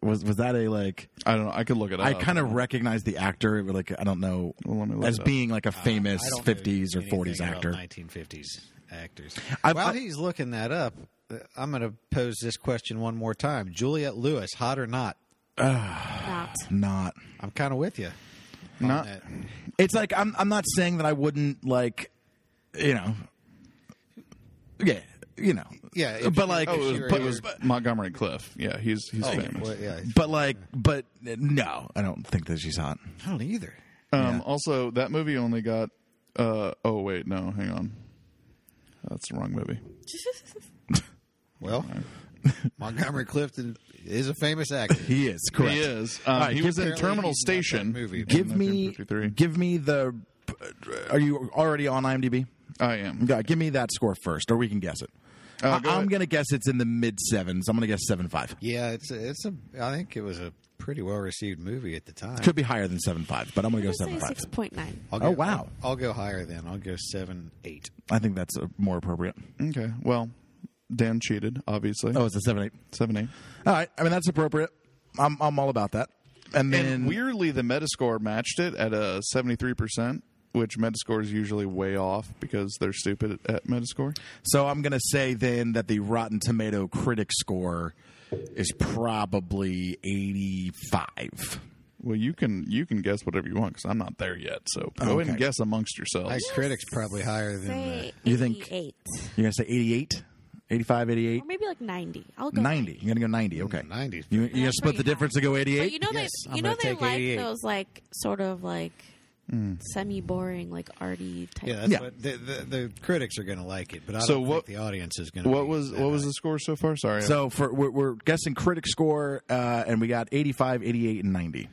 Speaker 1: was was that a like
Speaker 2: I don't know. I could look
Speaker 4: Oh,
Speaker 2: it up.
Speaker 1: I kind of recognize the actor but like I don't know
Speaker 2: Well, let me look
Speaker 1: as
Speaker 2: it up.
Speaker 1: being like a famous
Speaker 4: Uh, I don't know
Speaker 1: 50s or
Speaker 4: anything
Speaker 1: 40s
Speaker 4: about
Speaker 1: actor.
Speaker 4: 1950s actors.
Speaker 1: I-
Speaker 4: While
Speaker 1: I-
Speaker 4: he's looking that up, uh, I'm going to pose this question one more time: Juliet Lewis, hot or not?
Speaker 3: Not.
Speaker 1: Not.
Speaker 4: I'm kind of with you.
Speaker 2: Not-
Speaker 1: It's like I'm I'm not saying that I wouldn't like you know Yeah, you know.
Speaker 4: Yeah, if
Speaker 1: But
Speaker 4: you-
Speaker 1: like
Speaker 4: oh,
Speaker 2: It was,
Speaker 4: Sure,
Speaker 2: it
Speaker 4: you're-
Speaker 2: was Montgomery Cliff. Yeah, he's he's
Speaker 1: Oh.
Speaker 2: famous.
Speaker 4: Well, yeah,
Speaker 1: but like but no, I don't think that she's hot.
Speaker 4: I don't either.
Speaker 2: Um, Also, that movie only got. Uh, oh wait, no, hang on. That's the wrong movie.
Speaker 4: Well, Montgomery Clifton is a famous actor.
Speaker 1: He is correct.
Speaker 2: He is. Um,
Speaker 1: All right,
Speaker 2: he
Speaker 1: give
Speaker 2: was in
Speaker 4: Apparently
Speaker 2: Terminal
Speaker 4: he's not that
Speaker 2: Station.
Speaker 4: movie. but-
Speaker 1: Give me
Speaker 2: 1953.
Speaker 1: give me the Are you already on IMDb?
Speaker 2: I am.
Speaker 1: Yeah, give me that score first, or we can guess it.
Speaker 2: Uh,
Speaker 1: I-
Speaker 2: go
Speaker 1: I'm
Speaker 2: ahead.
Speaker 1: going to guess it's in the mid sevens. I'm going to guess seven five.
Speaker 4: Yeah, it's a, it's a. I think it was a pretty well received movie at the time.
Speaker 1: Could be higher than seven five, but I'm going to
Speaker 3: I'm
Speaker 1: go
Speaker 3: gonna say
Speaker 1: seven five.
Speaker 3: six point nine.
Speaker 4: I'll
Speaker 1: Oh, wow.
Speaker 4: I'll, I'll go higher then. I'll go seven eight.
Speaker 1: I think that's uh, more appropriate.
Speaker 2: Okay. Well, Dan cheated, obviously.
Speaker 1: Oh, it's a seven eight.
Speaker 2: Seven eight.
Speaker 1: All right. I mean, that's appropriate. I'm I'm all about that. And then
Speaker 2: And, weirdly, the Metascore matched it at a seventy three percent, which Metascore is usually way off because they're stupid at, at Metascore.
Speaker 1: so I'm going to say then that the Rotten Tomato critic score is probably eighty five.
Speaker 2: Well, you can you can guess whatever you want because I'm not there yet. So go ahead and
Speaker 1: Okay.
Speaker 2: guess amongst
Speaker 4: I
Speaker 2: yourselves.
Speaker 4: critics probably higher than. Uh,
Speaker 3: Say
Speaker 1: You think-
Speaker 3: eight,
Speaker 1: You're going to say 88, 85, 88,
Speaker 3: or maybe like ninety. I'll go
Speaker 1: 90. You're going to go 90. Okay.
Speaker 4: 90s.
Speaker 1: You, you're going to
Speaker 3: That's
Speaker 1: split the
Speaker 3: pretty high.
Speaker 1: difference to go 88?
Speaker 3: But you know
Speaker 4: Yes,
Speaker 3: they
Speaker 4: I'm
Speaker 3: you know
Speaker 4: gonna
Speaker 3: they
Speaker 4: take
Speaker 3: like
Speaker 4: 88.
Speaker 3: those like sort of like semi boring like arty type.
Speaker 4: Yeah, that's
Speaker 1: Yeah.
Speaker 4: what the, the, the critics are going to like it, but I don't
Speaker 2: So
Speaker 4: think
Speaker 2: what-
Speaker 4: the audience is going to.
Speaker 2: What was what was the score so far? Sorry.
Speaker 1: So for we're, we're guessing critic score, uh, and we got 85, 88, and 90.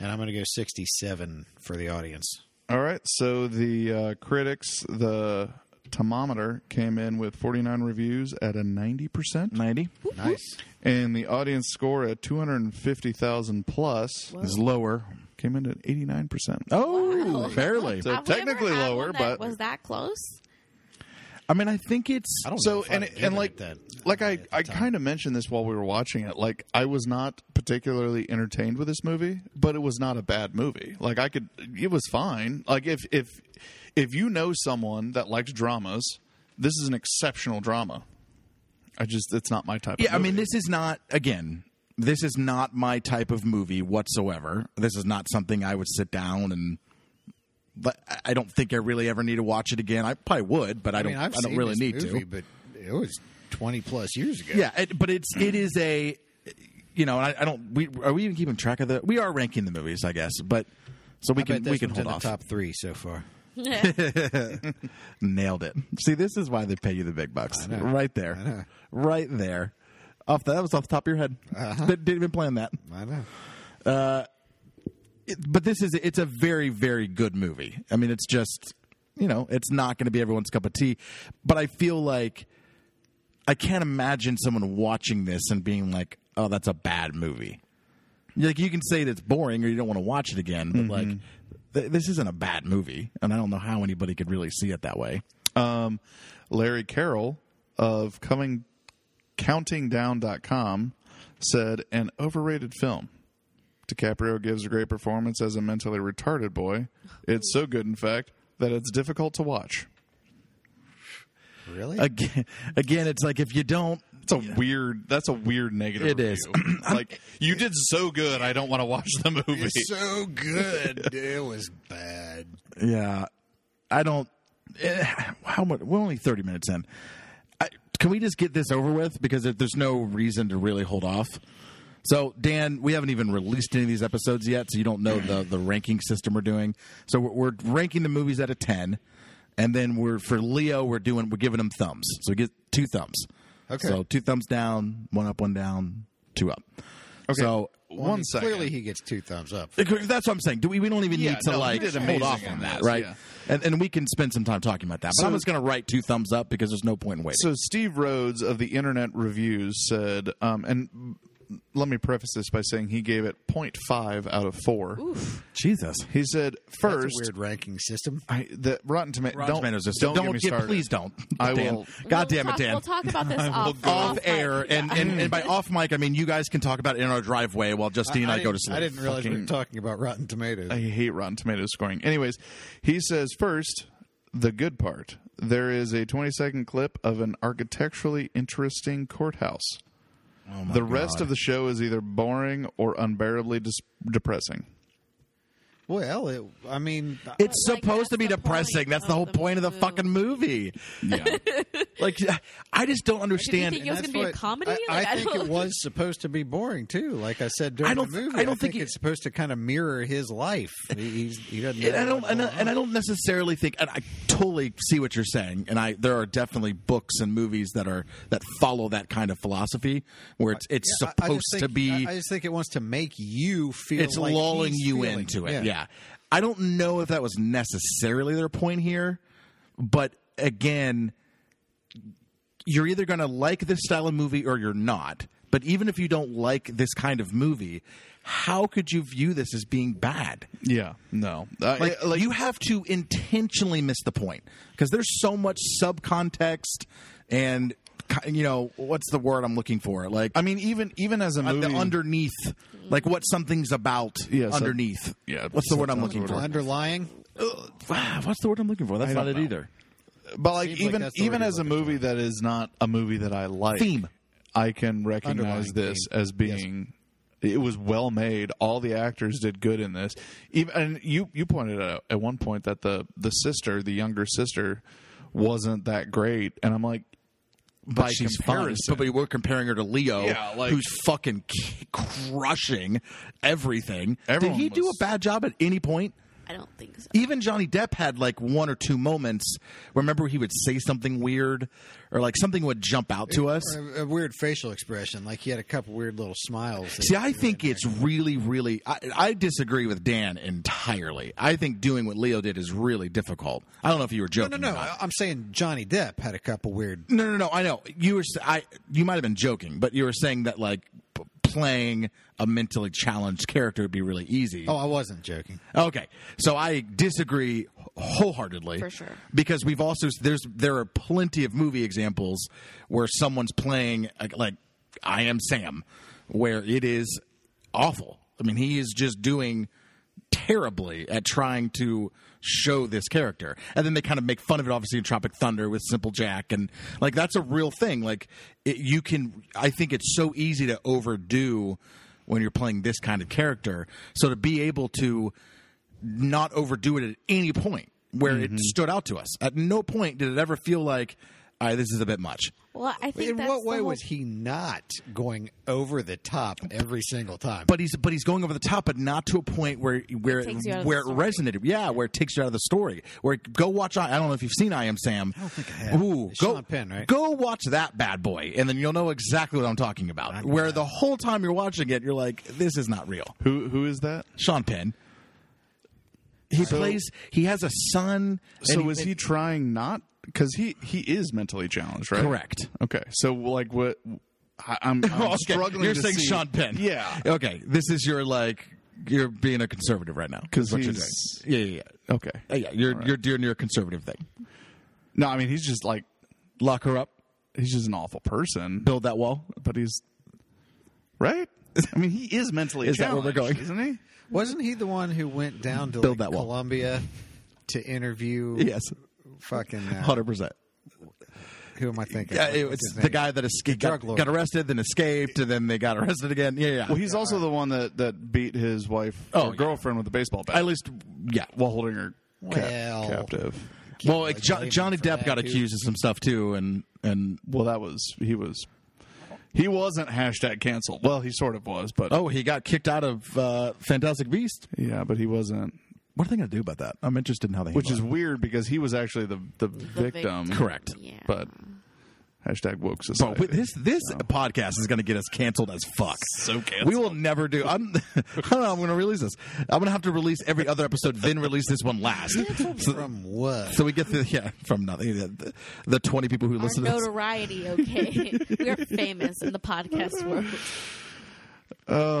Speaker 4: And I'm going to go 67 for the audience.
Speaker 2: All right. So the uh, critics, the thermometer came in with 49 reviews at a 90%,
Speaker 1: 90
Speaker 4: Nice.
Speaker 2: and the audience score at 250,000 plus
Speaker 1: is lower.
Speaker 2: came in at 89%.
Speaker 1: Oh,
Speaker 3: Wow.
Speaker 1: barely.
Speaker 2: So-
Speaker 3: Have Uh, we ever
Speaker 2: technically
Speaker 3: had
Speaker 2: lower,
Speaker 3: one that
Speaker 2: but-
Speaker 3: was that close.
Speaker 1: I mean, I think it's.
Speaker 4: I don't
Speaker 2: So
Speaker 4: know if I'd
Speaker 2: and
Speaker 4: given
Speaker 2: and
Speaker 4: it
Speaker 2: like
Speaker 4: that.
Speaker 2: like I I kind of mentioned this while we were watching it. Like I was not particularly entertained with this movie, but it was not a bad movie. Like I could it was fine. Like if if if you know someone that likes dramas, this is an exceptional drama. I just it's not my type of
Speaker 1: Yeah, I mean,
Speaker 2: movie.
Speaker 1: this is not, again, this is not my type of movie whatsoever. This is not something I would sit down and. But I- I don't think I really ever need to watch it again. I probably would, but I
Speaker 4: I
Speaker 1: don't.
Speaker 4: mean,
Speaker 1: I,
Speaker 4: I've
Speaker 1: don't
Speaker 4: seen
Speaker 1: really
Speaker 4: this
Speaker 1: need
Speaker 4: movie,
Speaker 1: to.
Speaker 4: but it was 20 plus years ago.
Speaker 1: Yeah, it, but it's it is a you know, and I, I don't. We are we even keeping track of the? We are ranking the movies, I guess, but so we
Speaker 4: I
Speaker 1: can
Speaker 4: bet
Speaker 1: we
Speaker 4: this
Speaker 1: can
Speaker 4: one's
Speaker 1: hold
Speaker 4: in
Speaker 1: off.
Speaker 4: the top three so far.
Speaker 1: Nailed it. See, this is why they pay you the big bucks, right there, right there. Off the, that was off the top of your head. Didn't, didn't even plan that.
Speaker 4: I know.
Speaker 1: It- but this is it's a very very good movie. I mean, it's just you know, it's not going to be everyone's cup of tea, but I feel like I can't imagine someone watching this and being like, "Oh, that's a bad movie." Like you can say that it's boring or you don't want to watch it again, but like th- this isn't a bad movie, and I don't know how anybody could really see it that way.
Speaker 2: um, Larry Carroll of coming countingdown.com said an overrated film. DiCaprio gives a great performance as a mentally retarded boy. It's so good in fact that it's difficult to watch.
Speaker 4: Really?
Speaker 1: Again, again, it's like if you don't,
Speaker 2: It's a weird that's a weird negative.
Speaker 1: It is.
Speaker 2: review. like you did so good I don't want to watch the movie.
Speaker 4: so good. it was bad.
Speaker 1: yeah, I don't. eh, how much? We're only thirty minutes in. I, can we just get this over with? Because there- there's no reason to really hold off. So, Dan, we haven't even released any of these episodes yet, so you don't know the the ranking system we're doing. So we're, we're ranking the movies out of ten, and then we're for Leo, we're doing we're giving him thumbs. So we get two thumbs.
Speaker 4: Okay.
Speaker 1: So two thumbs down, one up, one down, two up. Okay. So
Speaker 4: Well, I
Speaker 2: One
Speaker 4: mean,
Speaker 2: second.
Speaker 4: Clearly, he gets two thumbs up.
Speaker 1: that's what I'm saying. Do we, we don't even
Speaker 2: Yeah,
Speaker 1: need to
Speaker 2: no, he
Speaker 1: like
Speaker 2: did
Speaker 1: hold
Speaker 2: amazing
Speaker 1: off on
Speaker 2: on
Speaker 1: that,
Speaker 2: this,
Speaker 1: right?
Speaker 2: yeah.
Speaker 1: And, and we can spend some time talking about that. But I'm just going to write two thumbs up because there's no point in waiting.
Speaker 2: So Steve Rhodes of the Internet Reviews said, um, and let me preface this by saying he gave it 0.5 out of four.
Speaker 1: Jesus.
Speaker 2: He said
Speaker 4: That's a
Speaker 2: first,
Speaker 4: weird ranking system.
Speaker 2: I, the Rotten, Toma-
Speaker 1: Rotten
Speaker 2: don't,
Speaker 1: Tomatoes is-
Speaker 2: Don't,
Speaker 1: don't
Speaker 2: get me
Speaker 1: get-
Speaker 2: started.
Speaker 1: please don't.
Speaker 2: I
Speaker 1: Dan.
Speaker 2: will.
Speaker 1: God
Speaker 3: We'll
Speaker 1: damn it,
Speaker 3: talk-
Speaker 1: Dan.
Speaker 3: We'll talk about this off,
Speaker 1: off
Speaker 3: mic.
Speaker 1: air and,
Speaker 3: Yeah.
Speaker 1: and, and by off mic I mean you guys can talk about it in our driveway while Justine and I, go to
Speaker 4: didn't-
Speaker 1: sleep.
Speaker 4: I didn't realize we were talking about Rotten Tomatoes.
Speaker 2: I hate Rotten Tomatoes scoring. Anyways, he says first, the good part. There is a 20 second clip of an architecturally interesting courthouse.
Speaker 1: Oh
Speaker 2: the rest of the show is either boring or unbearably dis- depressing.
Speaker 4: well, it, I mean,
Speaker 1: It's
Speaker 3: But, like,
Speaker 1: supposed
Speaker 3: that's
Speaker 1: to be
Speaker 3: Oh the
Speaker 1: depressing.
Speaker 3: point
Speaker 1: That's the
Speaker 3: of
Speaker 1: whole
Speaker 3: the
Speaker 1: point of the
Speaker 3: movie.
Speaker 1: fucking movie.
Speaker 2: Yeah.
Speaker 1: Like, I just don't
Speaker 3: you
Speaker 1: understand.
Speaker 3: think it was
Speaker 4: that's
Speaker 3: gonna be a
Speaker 4: what-
Speaker 3: comedy?
Speaker 4: I,
Speaker 3: Like,
Speaker 4: I
Speaker 3: I
Speaker 4: think
Speaker 3: don't-
Speaker 4: it was supposed to be boring too. Like I said during
Speaker 1: I don't
Speaker 4: the
Speaker 1: th-
Speaker 4: movie,
Speaker 1: I don't think it-
Speaker 4: it's supposed to kind of mirror his life. He, he's, he doesn't.
Speaker 1: and
Speaker 4: know
Speaker 1: I don't,
Speaker 4: what's
Speaker 1: and I,
Speaker 4: going
Speaker 1: and I
Speaker 4: on.
Speaker 1: don't necessarily think. And I totally see what you're saying. And I, there are definitely books and movies that are that follow that kind of philosophy, where it's it's
Speaker 4: I- I
Speaker 1: supposed
Speaker 4: just think-
Speaker 1: to be.
Speaker 4: I, I just think it wants to make you feel.
Speaker 1: it's
Speaker 4: like
Speaker 1: lulling
Speaker 4: he's
Speaker 1: you
Speaker 4: feeling.
Speaker 1: into it. Yeah. I don't know if that was necessarily their point here, but again, you're either going to like this style of movie or you're not. But even if you don't like this kind of movie, how could you view this as being bad?
Speaker 2: Yeah. No. I-
Speaker 1: Like, you have to intentionally miss the point because there's so much subcontext and ki- you know what's the word I'm looking for? Like
Speaker 2: I mean, even even as a
Speaker 1: uh,
Speaker 2: movie,
Speaker 1: the underneath, like what something's about
Speaker 2: Yeah, so-
Speaker 1: underneath.
Speaker 2: Yeah,
Speaker 1: what's the word I'm
Speaker 2: sometimes
Speaker 1: looking
Speaker 2: what
Speaker 1: for?
Speaker 2: it-
Speaker 4: Underlying,
Speaker 1: Ah, what's the word I'm looking for? That's
Speaker 2: I
Speaker 1: not
Speaker 2: don't
Speaker 1: it
Speaker 2: know.
Speaker 1: either.
Speaker 2: but like
Speaker 4: Seems like
Speaker 2: even
Speaker 4: that's the
Speaker 2: even
Speaker 4: word
Speaker 2: as a
Speaker 4: you're looking
Speaker 2: movie that is not a movie that I like,
Speaker 1: Theme.
Speaker 2: I can recognize
Speaker 4: Underlying
Speaker 2: this
Speaker 4: theme.
Speaker 2: as being. It was well made. All the actors did good in this. Even and you you pointed out at one point that the the sister, the younger sister, wasn't that great, and I'm like,
Speaker 1: But
Speaker 2: by
Speaker 1: she's fine.
Speaker 2: comparison,
Speaker 1: But we were comparing her to Leo,
Speaker 2: Yeah, like-
Speaker 1: who's fucking k- crushing everything.
Speaker 2: Everyone
Speaker 1: Did he do a
Speaker 2: was-
Speaker 1: bad job at any point?
Speaker 3: I don't think so.
Speaker 1: Even Johnny Depp had like one or two moments. Remember, he would say something weird, or like something would jump out to us.
Speaker 4: a, a weird facial expression. Like he had a couple weird little smiles. that-
Speaker 1: See, I think it's really, really. I, I disagree with Dan entirely. I think doing what Leo did is really difficult. I don't know if you were
Speaker 4: no,
Speaker 1: joking.
Speaker 4: no,
Speaker 1: or
Speaker 4: no.
Speaker 1: not.
Speaker 4: I- I'm saying Johnny Depp had a couple weird.
Speaker 1: No, no, no. I know you were. s- I you might have been joking, but you were saying that like p- playing a mentally challenged character would be really easy.
Speaker 4: Oh, I wasn't joking.
Speaker 1: Okay, so I disagree wholeheartedly
Speaker 3: For sure.
Speaker 1: because we've also there's there are plenty of movie examples where someone's playing like, like I am Sam, where it is awful. I mean, he is just doing terribly at trying to show this character, and then they kind of make fun of it. Obviously, in Tropic Thunder with Simple Jack, and like that's a real thing. Like it, you can, I think it's so easy to overdo when you're playing this kind of character. So to be able to not overdo it at any point where it stood out to us. At no point did it ever feel like, all right, this is a bit much.
Speaker 3: Well, I think
Speaker 4: In
Speaker 3: that's
Speaker 4: what
Speaker 3: the
Speaker 4: way
Speaker 3: whole-
Speaker 4: was he not going over the top every single time?
Speaker 1: But he's but he's going over the top, but not to a point where where it,
Speaker 3: takes you out of
Speaker 1: where it
Speaker 3: the story.
Speaker 1: resonated. Yeah, where it takes you out of the story. Where it- go watch. I, I don't know if you've seen I Am Sam. I don't think I
Speaker 4: have.
Speaker 1: Ooh,
Speaker 4: It's
Speaker 1: go
Speaker 4: Sean Penn, right?
Speaker 1: go watch that bad boy, and then you'll know exactly what I'm talking about. where the whole time you're watching it, you're like, this is not real.
Speaker 2: who who is that?
Speaker 1: Sean Penn. He plays. He has a son. and
Speaker 2: So
Speaker 1: he-
Speaker 2: is he trying not? Because he he is mentally challenged, right?
Speaker 1: Correct.
Speaker 2: Okay. So like what? I, I'm, I'm
Speaker 1: Oh, Okay,
Speaker 2: struggling.
Speaker 1: You're
Speaker 2: to
Speaker 1: saying
Speaker 2: see-
Speaker 1: Sean Penn.
Speaker 2: Yeah.
Speaker 1: Okay. This is your like. You're being a conservative right now
Speaker 2: 'Cause
Speaker 1: is what you're
Speaker 2: he's-
Speaker 1: doing. Yeah, yeah, yeah.
Speaker 2: Okay.
Speaker 1: Uh, yeah, you're you're doing your conservative thing.
Speaker 2: No, I mean he's just like
Speaker 1: Lock her up.
Speaker 2: he's just an awful person,
Speaker 1: Build that wall.
Speaker 2: but he's right. I mean he is mentally
Speaker 1: Is that where
Speaker 2: challenged,
Speaker 1: we're going?
Speaker 2: isn't he?
Speaker 4: Wasn't he the one who went down to
Speaker 1: Build
Speaker 4: like,
Speaker 1: that wall.
Speaker 4: Columbia to interview?
Speaker 1: Yes.
Speaker 4: Fucking. Uh,
Speaker 1: Hundred percent.
Speaker 4: Who am I thinking?
Speaker 1: Yeah,
Speaker 4: What-
Speaker 1: it
Speaker 4: what's
Speaker 1: was
Speaker 4: his
Speaker 1: the
Speaker 4: name?
Speaker 1: guy that escaped, got,
Speaker 4: drug lord.
Speaker 1: got arrested, then escaped, and then they got arrested again. Yeah, yeah.
Speaker 2: Well, he's also the one that that beat his wife
Speaker 1: Oh,
Speaker 2: or
Speaker 1: yeah.
Speaker 2: girlfriend with a baseball bat
Speaker 1: at least, yeah.
Speaker 2: while holding her cap-
Speaker 4: Well.
Speaker 2: captive.
Speaker 1: Well, like,
Speaker 4: like,
Speaker 1: Jo-
Speaker 4: blame him
Speaker 1: Johnny
Speaker 4: for
Speaker 1: Depp
Speaker 4: that,
Speaker 1: got
Speaker 4: dude.
Speaker 1: accused of some stuff too, and and
Speaker 2: Well, that was he was he wasn't hashtag canceled. Well, he sort of was, but
Speaker 1: oh, he got kicked out of uh, Fantastic Beast.
Speaker 2: yeah, but he wasn't
Speaker 1: what are they going to do about that? I'm interested in how they
Speaker 2: which is
Speaker 1: handle
Speaker 2: weird because he was actually the the, victim.
Speaker 3: victim.
Speaker 1: Correct.
Speaker 3: Yeah.
Speaker 2: But hashtag woke
Speaker 1: that.
Speaker 2: society.
Speaker 1: But with this this podcast is going to get us canceled as fuck.
Speaker 2: So canceled.
Speaker 1: We will never do. I'm I don't know, I'm going to release this. I'm going to have to release every other episode, then release this one last.
Speaker 4: From what?
Speaker 1: So we get the yeah from nothing. The, the, the 20 people who
Speaker 3: Our
Speaker 1: listen to this.
Speaker 3: notoriety, okay? we are famous in the podcast world.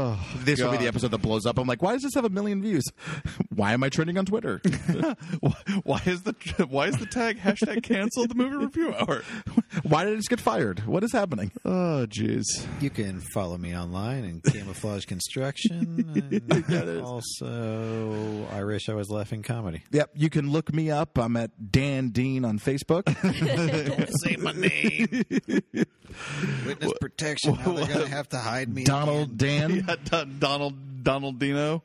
Speaker 1: This will be
Speaker 2: God.
Speaker 1: the episode that blows up. I'm like, why does this have a million views? Why am I trending on Twitter?
Speaker 2: Why- why is the why is the tag hashtag cancel the movie review hour?
Speaker 1: why did I just get fired? What is happening?
Speaker 2: Oh jeez.
Speaker 4: You can follow me online in camouflage construction. And also, I wish I was laughing comedy.
Speaker 1: Yep, you can look me up. I'm at Dan Dean on Facebook.
Speaker 4: Say my name. Witness protection. Now they're going to have to hide me.
Speaker 1: Donald Dan.
Speaker 2: Yeah, Don- Donald Donald Dino.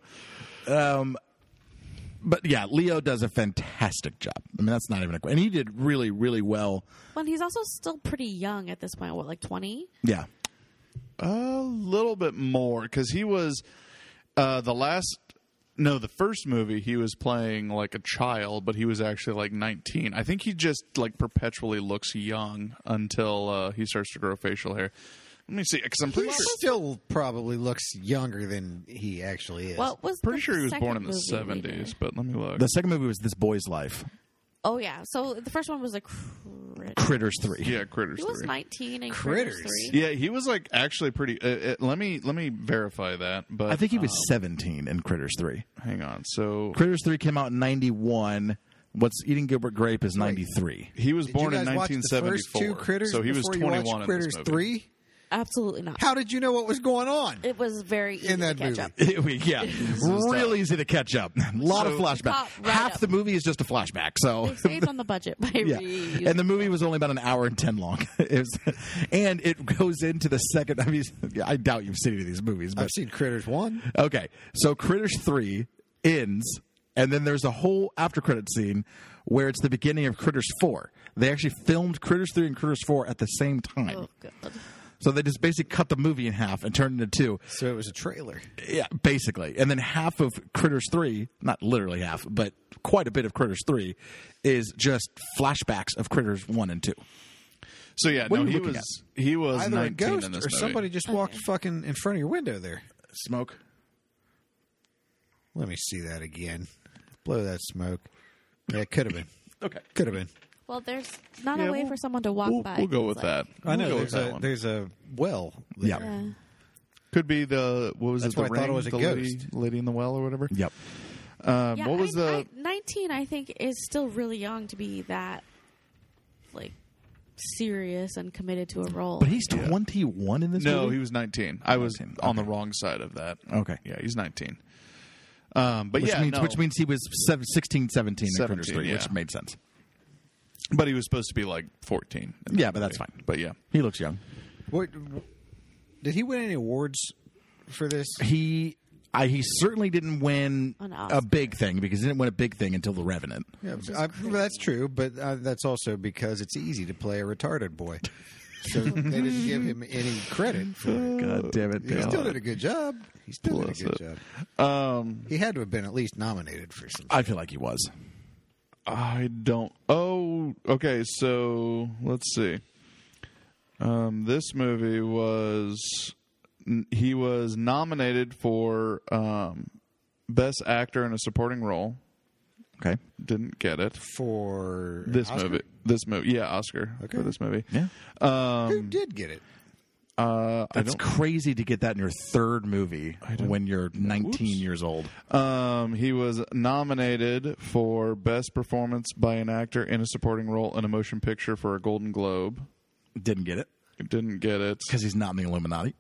Speaker 1: But yeah, Leo does a fantastic job. I mean, that's not even a question. And he did really, really well.
Speaker 3: Well, he's also still pretty young at this point. What, like 20?
Speaker 1: Yeah.
Speaker 2: A little bit more because he was uh, the last. No, the first movie he was playing like a child, but he was actually like 19. I think he just like perpetually looks young until uh, he starts to grow facial hair. Let me see, because I'm
Speaker 4: He
Speaker 2: pretty sure.
Speaker 4: still probably looks younger than he actually is.
Speaker 3: What was
Speaker 2: Pretty
Speaker 3: the
Speaker 2: sure he was
Speaker 3: second
Speaker 2: born in the
Speaker 3: movie we did?
Speaker 2: 70s, but let me look.
Speaker 1: The second movie was This Boy's Life,
Speaker 3: Oh, yeah. So the first one was a crit.
Speaker 1: Critters 3.
Speaker 2: yeah, Critters.
Speaker 3: He was
Speaker 2: 3.
Speaker 3: 19 and
Speaker 4: Critters.
Speaker 3: Critters 3.
Speaker 2: Yeah, he was like actually pretty. Uh, uh, let me let me verify that. But
Speaker 1: I think he was 17 in Critters 3.
Speaker 2: hang on. So
Speaker 1: Critters 3 came out in 91. What's Eating Gilbert Grape is 93.
Speaker 2: he was
Speaker 4: Did
Speaker 2: born
Speaker 4: you
Speaker 2: in
Speaker 4: guys watch
Speaker 2: 1974.
Speaker 4: The first two critters
Speaker 2: so he was
Speaker 4: before
Speaker 2: 21
Speaker 4: You watched
Speaker 2: in
Speaker 4: critters
Speaker 2: this movie.
Speaker 4: three.
Speaker 3: Absolutely not.
Speaker 4: How did you know what was going on?
Speaker 3: It was very easy
Speaker 4: In that
Speaker 3: to catch
Speaker 4: movie.
Speaker 3: up.
Speaker 1: yeah, really easy to catch up. A lot of
Speaker 2: So-
Speaker 1: flashback.
Speaker 3: Pop right
Speaker 1: Half
Speaker 3: up.
Speaker 1: the movie is just a flashback.
Speaker 3: They
Speaker 1: So
Speaker 3: saved on the budget by
Speaker 1: yeah,
Speaker 3: reusing
Speaker 1: and the movie was only about an hour and ten long. It was, and it goes into the second. I mean, I doubt you've seen any of these movies, but
Speaker 4: I've seen Critters one.
Speaker 1: Okay, so Critters Three ends, and then there's a whole after credit scene where it's the beginning of Critters Four. They actually filmed Critters Three and Critters Four at the same time,
Speaker 3: Oh, God.
Speaker 1: so they just basically cut the movie in half and turned it into two.
Speaker 4: So it was a trailer.
Speaker 1: Yeah, basically, and then half of Critters Three, not literally half, but quite a bit of Critters Three, is just flashbacks of Critters One and Two.
Speaker 2: So yeah,
Speaker 1: What are
Speaker 2: no,
Speaker 1: you
Speaker 2: he
Speaker 1: looking
Speaker 2: was he was
Speaker 4: Either a
Speaker 2: 19
Speaker 4: ghost or
Speaker 2: in this movie.
Speaker 4: somebody just walked fucking in front of your window there.
Speaker 1: Smoke.
Speaker 4: Let me see that again. Blow that smoke. Yeah, it could have been.
Speaker 1: Okay.
Speaker 4: Could have been.
Speaker 3: Well, there's not
Speaker 2: Yeah,
Speaker 3: a way
Speaker 2: we'll-
Speaker 3: for someone to walk
Speaker 2: We'll,
Speaker 3: by.
Speaker 2: we'll go with
Speaker 3: It's like-
Speaker 2: that. We'll go with
Speaker 4: There's
Speaker 2: that
Speaker 4: a,
Speaker 2: one.
Speaker 4: there's a well. there.
Speaker 1: Yeah.
Speaker 3: Yeah.
Speaker 2: Could be the what was
Speaker 4: That's
Speaker 2: it? The
Speaker 4: why I thought it
Speaker 2: ring,
Speaker 4: was a
Speaker 2: the lady,
Speaker 4: ghost.
Speaker 2: lady in the well or whatever.
Speaker 1: Yep.
Speaker 2: Um,
Speaker 3: Yeah,
Speaker 2: what was
Speaker 3: I,
Speaker 2: the?
Speaker 3: I, 19 i think is still really young to be that like serious and committed to a role
Speaker 1: But he's 21 in this
Speaker 2: no,
Speaker 1: movie.
Speaker 2: he was 19. I was
Speaker 1: 19,
Speaker 2: on the wrong side of that.
Speaker 1: Okay.
Speaker 2: yeah, he's 19. Um, but
Speaker 1: which
Speaker 2: yeah,
Speaker 1: means
Speaker 2: no.
Speaker 1: which means he was seven, 16, 17 in Critters
Speaker 2: 17,
Speaker 1: 3,
Speaker 2: yeah.
Speaker 1: which made sense.
Speaker 2: but he was supposed to be like 14. in
Speaker 1: Yeah,
Speaker 2: that
Speaker 1: but that's
Speaker 2: movie.
Speaker 1: fine.
Speaker 2: But yeah,
Speaker 1: He looks young.
Speaker 4: What, did he win any awards for this?
Speaker 1: He I, he certainly didn't win
Speaker 3: An
Speaker 1: a big thing because he didn't win a big thing until The Revenant.
Speaker 4: Yeah, I, well, that's true, but uh, that's also because it's easy to play a retarded boy. So they didn't give him any credit for it.
Speaker 1: God damn it!
Speaker 4: He still did a good job. He still did a
Speaker 2: Oh, Bless
Speaker 4: good
Speaker 2: it.
Speaker 4: job. Um, he had to have been at least nominated for some.
Speaker 1: I feel like he was.
Speaker 2: I don't. Oh, okay. So let's see. Um, this movie was n- he was nominated for um, best actor in a supporting role.
Speaker 1: Okay.
Speaker 2: Didn't get it.
Speaker 4: For
Speaker 2: This
Speaker 4: Oscar?
Speaker 2: movie. This movie. Yeah, Oscar
Speaker 4: Okay.
Speaker 2: for this movie.
Speaker 1: Yeah.
Speaker 2: Um,
Speaker 4: who did get it?
Speaker 2: Uh, I
Speaker 1: That's
Speaker 2: don't.
Speaker 1: crazy to get that in your third movie when you're 19
Speaker 2: Oops.
Speaker 1: years old.
Speaker 2: Um, he was nominated for best performance by an actor in a supporting role in a motion picture for a Golden Globe.
Speaker 1: Didn't get it
Speaker 2: Didn't get it.
Speaker 1: because he's not in the Illuminati.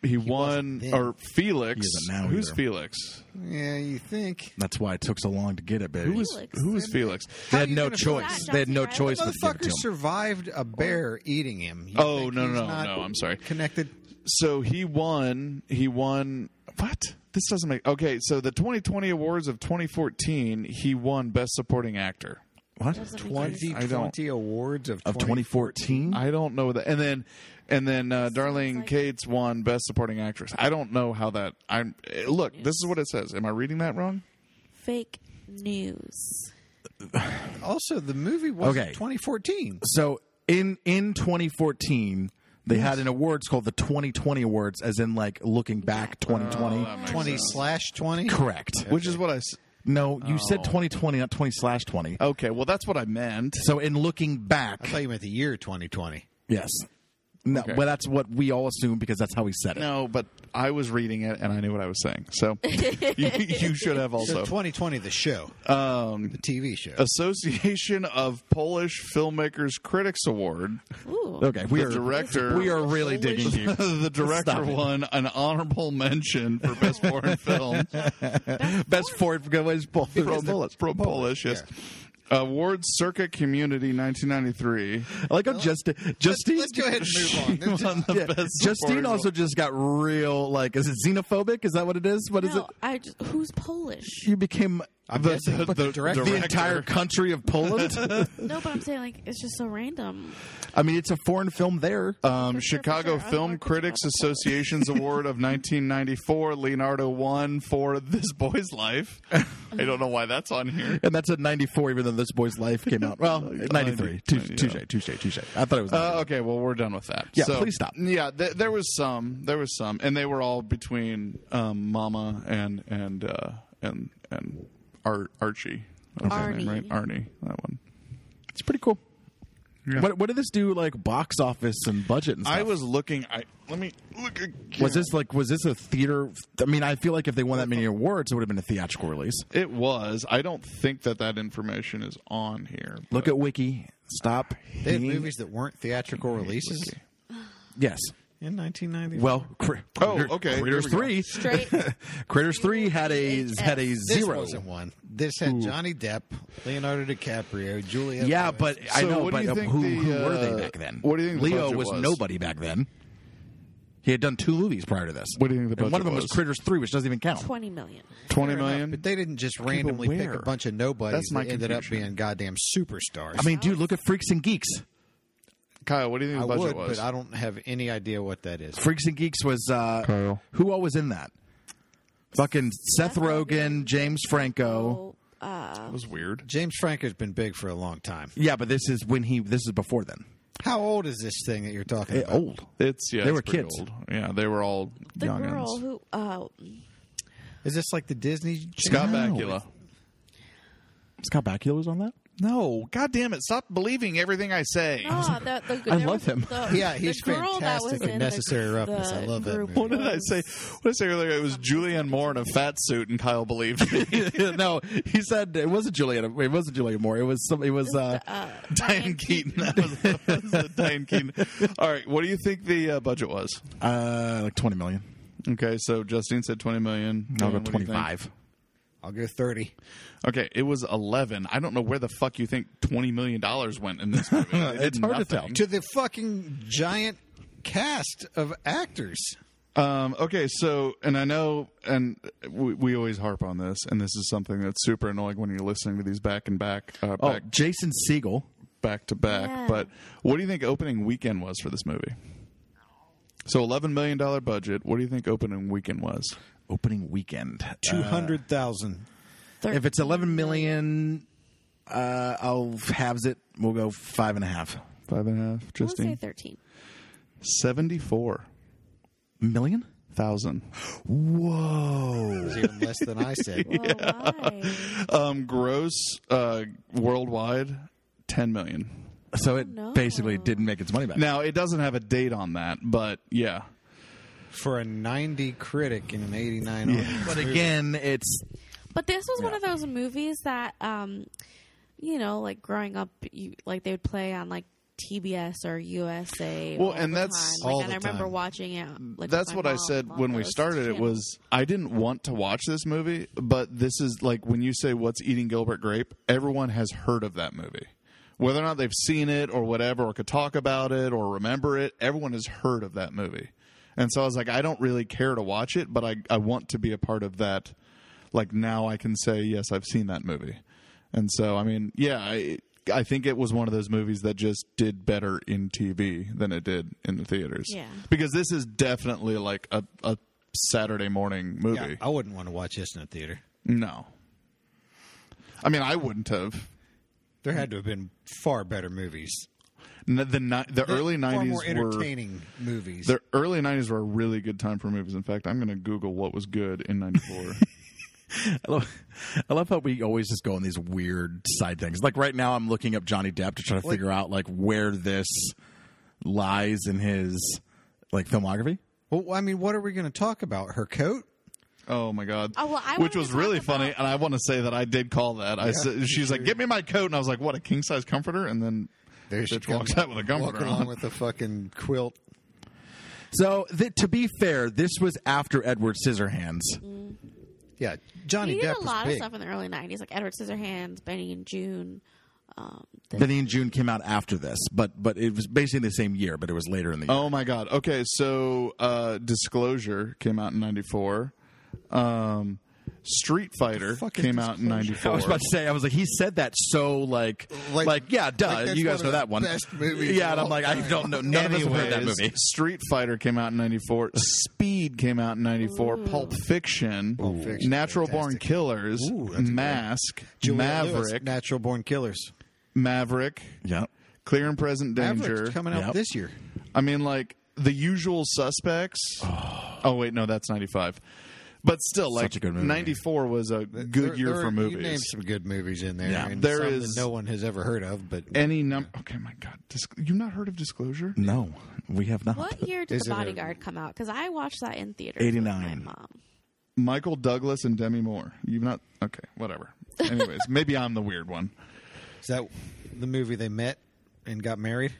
Speaker 2: He, won
Speaker 4: then.
Speaker 2: or Felix.
Speaker 1: He isn't now
Speaker 2: Who's
Speaker 1: either.
Speaker 2: Felix?
Speaker 4: Yeah, you think?
Speaker 1: That's why it took so long to get it, baby.
Speaker 2: Who was
Speaker 3: Felix.
Speaker 2: who was Felix?
Speaker 1: they
Speaker 4: How
Speaker 1: had
Speaker 4: you
Speaker 1: no
Speaker 4: gonna feel
Speaker 1: choice.
Speaker 3: that,
Speaker 1: They had no
Speaker 3: Jesse
Speaker 1: choice but to give it
Speaker 4: Motherfucker
Speaker 1: to him.
Speaker 4: survived a bear eating him. You
Speaker 2: Oh,
Speaker 4: think
Speaker 2: no,
Speaker 4: he's
Speaker 2: no,
Speaker 4: not
Speaker 2: no, I'm sorry.
Speaker 4: Connected.
Speaker 2: So he won. He won. What? This doesn't make okay. So the 2020 awards of 2014, he won Best Supporting Actor.
Speaker 1: What?
Speaker 3: Doesn't make sense.
Speaker 2: I don't-
Speaker 4: 2020 awards of,
Speaker 1: Of 2014?
Speaker 2: I don't know that. And then, and then uh, Darlene
Speaker 3: like-
Speaker 2: Cates won Best Supporting Actress. I don't know how that. I'm eh, look. This is what it says. Am I reading that wrong?
Speaker 3: Fake news.
Speaker 4: Also, the movie was
Speaker 1: Okay.
Speaker 4: 2014.
Speaker 1: so in in 2014 they had an awards called the 2020 awards as in like looking back
Speaker 4: Oh,
Speaker 1: 2020
Speaker 4: 20 slash 20.
Speaker 1: correct
Speaker 2: Which is what I. s-
Speaker 1: no you said
Speaker 4: Oh.
Speaker 1: 2020 not 20 slash 20
Speaker 2: Okay, well that's what I meant.
Speaker 1: so in looking back
Speaker 4: I thought you meant the year 2020.
Speaker 1: yes no,
Speaker 2: Okay.
Speaker 1: well that's what we all assume because that's how we said it
Speaker 2: No, but I was reading it and I knew what I was saying. So you, you should have
Speaker 4: So
Speaker 2: also.
Speaker 4: 2020, the show,
Speaker 2: Um,
Speaker 4: the TV show.
Speaker 2: Association of Polish Filmmakers Critics Award.
Speaker 3: Ooh.
Speaker 1: okay we
Speaker 2: The
Speaker 1: are
Speaker 2: director-
Speaker 1: we are really digging deep
Speaker 2: the director
Speaker 1: Stop it.
Speaker 2: won an honorable mention for best foreign film
Speaker 1: best Ford was both
Speaker 2: from, from Polish. Yes. Award Circuit Community 1993.
Speaker 1: I like how Justin Justine
Speaker 4: Let's go ahead and move on.
Speaker 1: Yeah, Justine
Speaker 2: supporting
Speaker 1: also just got real like is it xenophobic is that what it is what is
Speaker 3: no,
Speaker 1: it
Speaker 3: I just, who's Polish?
Speaker 1: you became
Speaker 4: I'm
Speaker 2: The-
Speaker 4: guessing
Speaker 2: the-
Speaker 4: the,
Speaker 2: the
Speaker 4: director.
Speaker 1: the
Speaker 2: direct-
Speaker 1: entire country of Poland.
Speaker 3: no, but I'm saying like it's just so random.
Speaker 1: I mean, it's a foreign film there.
Speaker 2: Um, Chicago
Speaker 3: sure, I'm
Speaker 2: Film
Speaker 3: working
Speaker 2: Critics
Speaker 3: on it.
Speaker 2: Association's Award of 1994. Leonardo won for This Boy's Life. I don't know why that's on here.
Speaker 1: and that's at 94, even though this boy's life came out. Well, 93. Tou-
Speaker 2: Yeah.
Speaker 1: Touche, touche, touche. I thought it was.
Speaker 2: Uh, okay, well we're done with that.
Speaker 1: Yeah, please stop.
Speaker 2: Yeah, th- there was some, there was some, and they were all between um, Mama and and uh, and and Ar- Archie. That was his name,
Speaker 3: Arnie.
Speaker 2: right? Arnie, that one.
Speaker 1: it's pretty cool.
Speaker 2: Yeah.
Speaker 1: What, what did this do, like, box office and budget and stuff?
Speaker 2: I was looking. I let me look. Again.
Speaker 1: was this like was this a theater? I mean, I feel like if they won that many awards, it would have been a theatrical release.
Speaker 2: It was. I don't think that that information is on here.
Speaker 1: Look at Wiki. Stop.
Speaker 4: They had
Speaker 1: being-
Speaker 4: movies that weren't theatrical releases
Speaker 1: Yes.
Speaker 4: in 1990.
Speaker 1: Well, Cri-
Speaker 2: Oh,
Speaker 1: Critter-
Speaker 2: okay, there
Speaker 1: Critters
Speaker 2: we go.
Speaker 1: three,
Speaker 3: Straight.
Speaker 1: Critters three had a had a
Speaker 4: this
Speaker 1: zero.
Speaker 4: wasn't one. This had Johnny Depp, Leonardo DiCaprio, Julia.
Speaker 1: Yeah,
Speaker 4: Louis.
Speaker 1: but I
Speaker 2: So
Speaker 1: know.
Speaker 2: what do
Speaker 1: But
Speaker 2: you
Speaker 1: uh,
Speaker 2: think
Speaker 1: who,
Speaker 2: the,
Speaker 1: who were
Speaker 2: uh,
Speaker 1: they back then?
Speaker 2: what do you think the
Speaker 1: Leo
Speaker 2: budget
Speaker 1: was,
Speaker 2: was?
Speaker 1: nobody back then. He had done two movies prior to this.
Speaker 2: What do you think the
Speaker 1: And one
Speaker 2: budget
Speaker 1: of them was?
Speaker 2: was?
Speaker 1: Critters Three, which doesn't even count.
Speaker 3: Twenty million.
Speaker 2: Twenty
Speaker 4: Fair enough,
Speaker 2: million.
Speaker 4: But they didn't just randomly pick
Speaker 1: where?
Speaker 4: a bunch of nobodies
Speaker 2: That's my
Speaker 4: that ended up
Speaker 2: confusion.
Speaker 4: being goddamn superstars.
Speaker 1: I mean, dude, look at Freaks and Geeks.
Speaker 2: Kyle, what do you think
Speaker 4: I
Speaker 2: the budget
Speaker 4: would,
Speaker 2: was?
Speaker 4: but I don't have any idea what that is.
Speaker 1: Freaks and Geeks was uh,
Speaker 2: Carl.
Speaker 1: who all was in that? Fucking Seth Rogen, James Franco.
Speaker 3: Oh, uh,
Speaker 2: that was weird.
Speaker 4: James Franco's been big for a long time.
Speaker 1: Yeah, but this is when he. This is before then.
Speaker 4: How old is this thing that you're talking
Speaker 1: Eh,
Speaker 4: about?
Speaker 1: old.
Speaker 2: It's yeah.
Speaker 1: They
Speaker 2: it's
Speaker 1: were
Speaker 2: pretty
Speaker 1: kids.
Speaker 2: Old. Yeah, they were all
Speaker 3: the
Speaker 2: youngins.
Speaker 3: girl who uh,
Speaker 4: Is this like the Disney?
Speaker 2: Scott
Speaker 1: No.
Speaker 2: Bakula.
Speaker 1: Scott Bakula was on that.
Speaker 2: No, God damn it! Stop believing everything I say.
Speaker 3: oh, the, the,
Speaker 1: I
Speaker 3: there
Speaker 1: love
Speaker 3: was
Speaker 1: him.
Speaker 3: The,
Speaker 4: Yeah, he's
Speaker 3: the girl that was
Speaker 4: fantastic in
Speaker 3: in
Speaker 4: Necessary
Speaker 3: the,
Speaker 4: Roughness.
Speaker 3: The
Speaker 4: I love that
Speaker 3: group
Speaker 4: movie.
Speaker 2: What did I say? What did I say earlier? It was Julianne Moore in a fat suit, and Kyle believed me.
Speaker 1: no, he said it wasn't Juliana. It wasn't Juliana Moore. It was some. It was. Uh,
Speaker 3: Uh,
Speaker 2: Diane Keaton. That was, that was the Diane Keaton. All right, what do you think the uh, budget was?
Speaker 1: uh, like twenty million.
Speaker 2: Okay, so Justine said twenty million.
Speaker 1: No,
Speaker 2: Dan, what do you
Speaker 1: twenty
Speaker 2: think?
Speaker 1: five.
Speaker 4: I'll go thirty.
Speaker 2: Okay, it was eleven. I don't know where the fuck you think twenty million dollars went in this movie. They did
Speaker 1: It's hard to tell.
Speaker 2: nothing.
Speaker 4: To the fucking giant cast of actors.
Speaker 2: Um, okay, so and I know, and we, we always harp on this, and this is something that's super annoying when you're listening to these back and back, uh,
Speaker 1: Oh,
Speaker 2: back,
Speaker 1: Jason Siegel.
Speaker 2: back to back.
Speaker 3: Yeah.
Speaker 2: But what do you think opening weekend was for this movie? So eleven million dollar budget. What do you think opening weekend was?
Speaker 1: Opening weekend.
Speaker 4: Two hundred thousand.
Speaker 1: Uh, if it's eleven million, uh, I'll halves it. We'll go five and a half
Speaker 2: Five and a half.
Speaker 3: I want to say
Speaker 2: Justine.
Speaker 3: thirteen.
Speaker 2: Seventy four
Speaker 1: million.
Speaker 2: thousand.
Speaker 1: Whoa!
Speaker 4: even less than I said.
Speaker 3: Well, why?
Speaker 2: Um, gross uh, worldwide ten million.
Speaker 1: So it
Speaker 3: No.
Speaker 1: basically didn't make its money back.
Speaker 2: Now it doesn't have a date on that, but yeah,
Speaker 4: For a ninety critic and an eighty nine
Speaker 1: but again, it's
Speaker 3: But this was one of those movies that, um, you know, like growing up, you like they would play on like TBS or USA.
Speaker 2: Well,
Speaker 3: all
Speaker 2: and
Speaker 3: the
Speaker 2: that's-
Speaker 3: time. Like,
Speaker 4: all
Speaker 3: and
Speaker 4: the
Speaker 3: I remember
Speaker 4: time.
Speaker 3: watching it. Like,
Speaker 2: that's
Speaker 3: with my
Speaker 2: what I
Speaker 3: mom
Speaker 2: said
Speaker 3: on
Speaker 2: when we
Speaker 3: those
Speaker 2: started. It
Speaker 3: channels.
Speaker 2: was I didn't want to watch this movie, but this is like when you say "What's Eating Gilbert Grape," everyone has heard of that movie, whether or not they've seen it or whatever, or could talk about it or remember it. Everyone has heard of that movie, and so I was like, I don't really care to watch it, but I I want to be a part of that. Like now, I can say yes, I've seen that movie, and so I mean, yeah, I I think it was one of those movies that just did better in TV than it did in the theaters.
Speaker 3: Yeah.
Speaker 2: Because this is definitely like a, a Saturday morning movie.
Speaker 4: Yeah, Oh. I wouldn't want to watch this in a theater.
Speaker 2: No. I mean, I wouldn't have.
Speaker 4: There had to have been far better movies.
Speaker 2: N- The ni- the early
Speaker 4: far
Speaker 2: nineties
Speaker 4: more
Speaker 2: were
Speaker 4: entertaining movies.
Speaker 2: the early nineties were a really good time for movies. In fact, I'm going to Google what was good in '94.
Speaker 1: I love, I love how we always just go on these weird side things. Like right now, I'm looking up Johnny Depp to try to figure out like where this lies in his like filmography.
Speaker 4: well, I mean, what are we going to talk about? Her coat?
Speaker 2: oh my god!
Speaker 3: Oh, well, I
Speaker 2: Which
Speaker 3: wanted
Speaker 2: was
Speaker 3: to talk
Speaker 2: really
Speaker 3: about-
Speaker 2: funny, and I want to say that I did call that. I said, she's like, "Get me my coat," and I was like, "What a king size comforter!" And then bitch walks out with a comforter
Speaker 4: Walking along
Speaker 2: on.
Speaker 4: with a fucking quilt.
Speaker 1: So th- to be fair, this was after Edward Scissorhands.
Speaker 4: Yeah, Johnny
Speaker 3: he
Speaker 4: Depp
Speaker 3: did a
Speaker 4: was
Speaker 3: lot
Speaker 4: big.
Speaker 3: of stuff in the early '90s, like Edward Scissorhands, Benny and June. Um, the-
Speaker 1: Benny and June came out after this, but but it was basically the same year, but it was later in the year.
Speaker 2: Oh my god. Okay, so uh Disclosure came out in 94. Um Street Fighter
Speaker 4: fuck is
Speaker 2: came out in
Speaker 4: Disclosure?
Speaker 2: 94.
Speaker 1: Oh, I was about to say, I was like, he said that so like, like,
Speaker 4: Like-
Speaker 1: yeah, duh,
Speaker 4: like that's
Speaker 1: you guys
Speaker 4: one of
Speaker 1: know
Speaker 4: the
Speaker 1: that one.
Speaker 4: best movies
Speaker 1: yeah,
Speaker 4: of
Speaker 1: and I'm
Speaker 4: all
Speaker 1: like, I
Speaker 4: time.
Speaker 1: don't know. None of us have heard that
Speaker 2: Anyways,
Speaker 1: movie.
Speaker 2: Street Fighter came out in 94. Speed came out in 94. Pulp Fiction.
Speaker 4: Pulp Fiction,
Speaker 2: Natural Born
Speaker 4: fantastic.
Speaker 2: Killers.
Speaker 4: Ooh, that's a good-
Speaker 2: Mask.
Speaker 4: Juliette Lewis,
Speaker 2: Maverick.
Speaker 4: Natural Born Killers.
Speaker 2: Maverick.
Speaker 1: Yeah,
Speaker 2: Clear and Present Danger.
Speaker 4: Maverick's coming out
Speaker 1: Yep.
Speaker 4: this year.
Speaker 2: I mean, like the usual suspects. Oh, wait, no, that's ninety five. But still,
Speaker 1: Such
Speaker 2: like
Speaker 1: a good movie.
Speaker 2: ninety four was a good
Speaker 4: There-
Speaker 2: year
Speaker 4: there-
Speaker 2: for
Speaker 4: You named
Speaker 2: movies.
Speaker 4: some good movies in there.
Speaker 1: Yeah.
Speaker 4: and
Speaker 2: There
Speaker 4: some
Speaker 2: is- Eh.
Speaker 4: that no one has ever heard of, but
Speaker 2: Any number? Okay, my God, Dis- you've not heard of Disclosure?
Speaker 1: no, we have not.
Speaker 3: what year did
Speaker 4: Is
Speaker 3: The
Speaker 4: it a-
Speaker 3: Bodyguard come out? Because I watched that in theaters. with
Speaker 1: 89.
Speaker 3: My mom.
Speaker 2: Michael Douglas and Demi Moore. You've not. Okay, whatever. Anyways, maybe I'm the weird one.
Speaker 4: is that the movie they met and got married?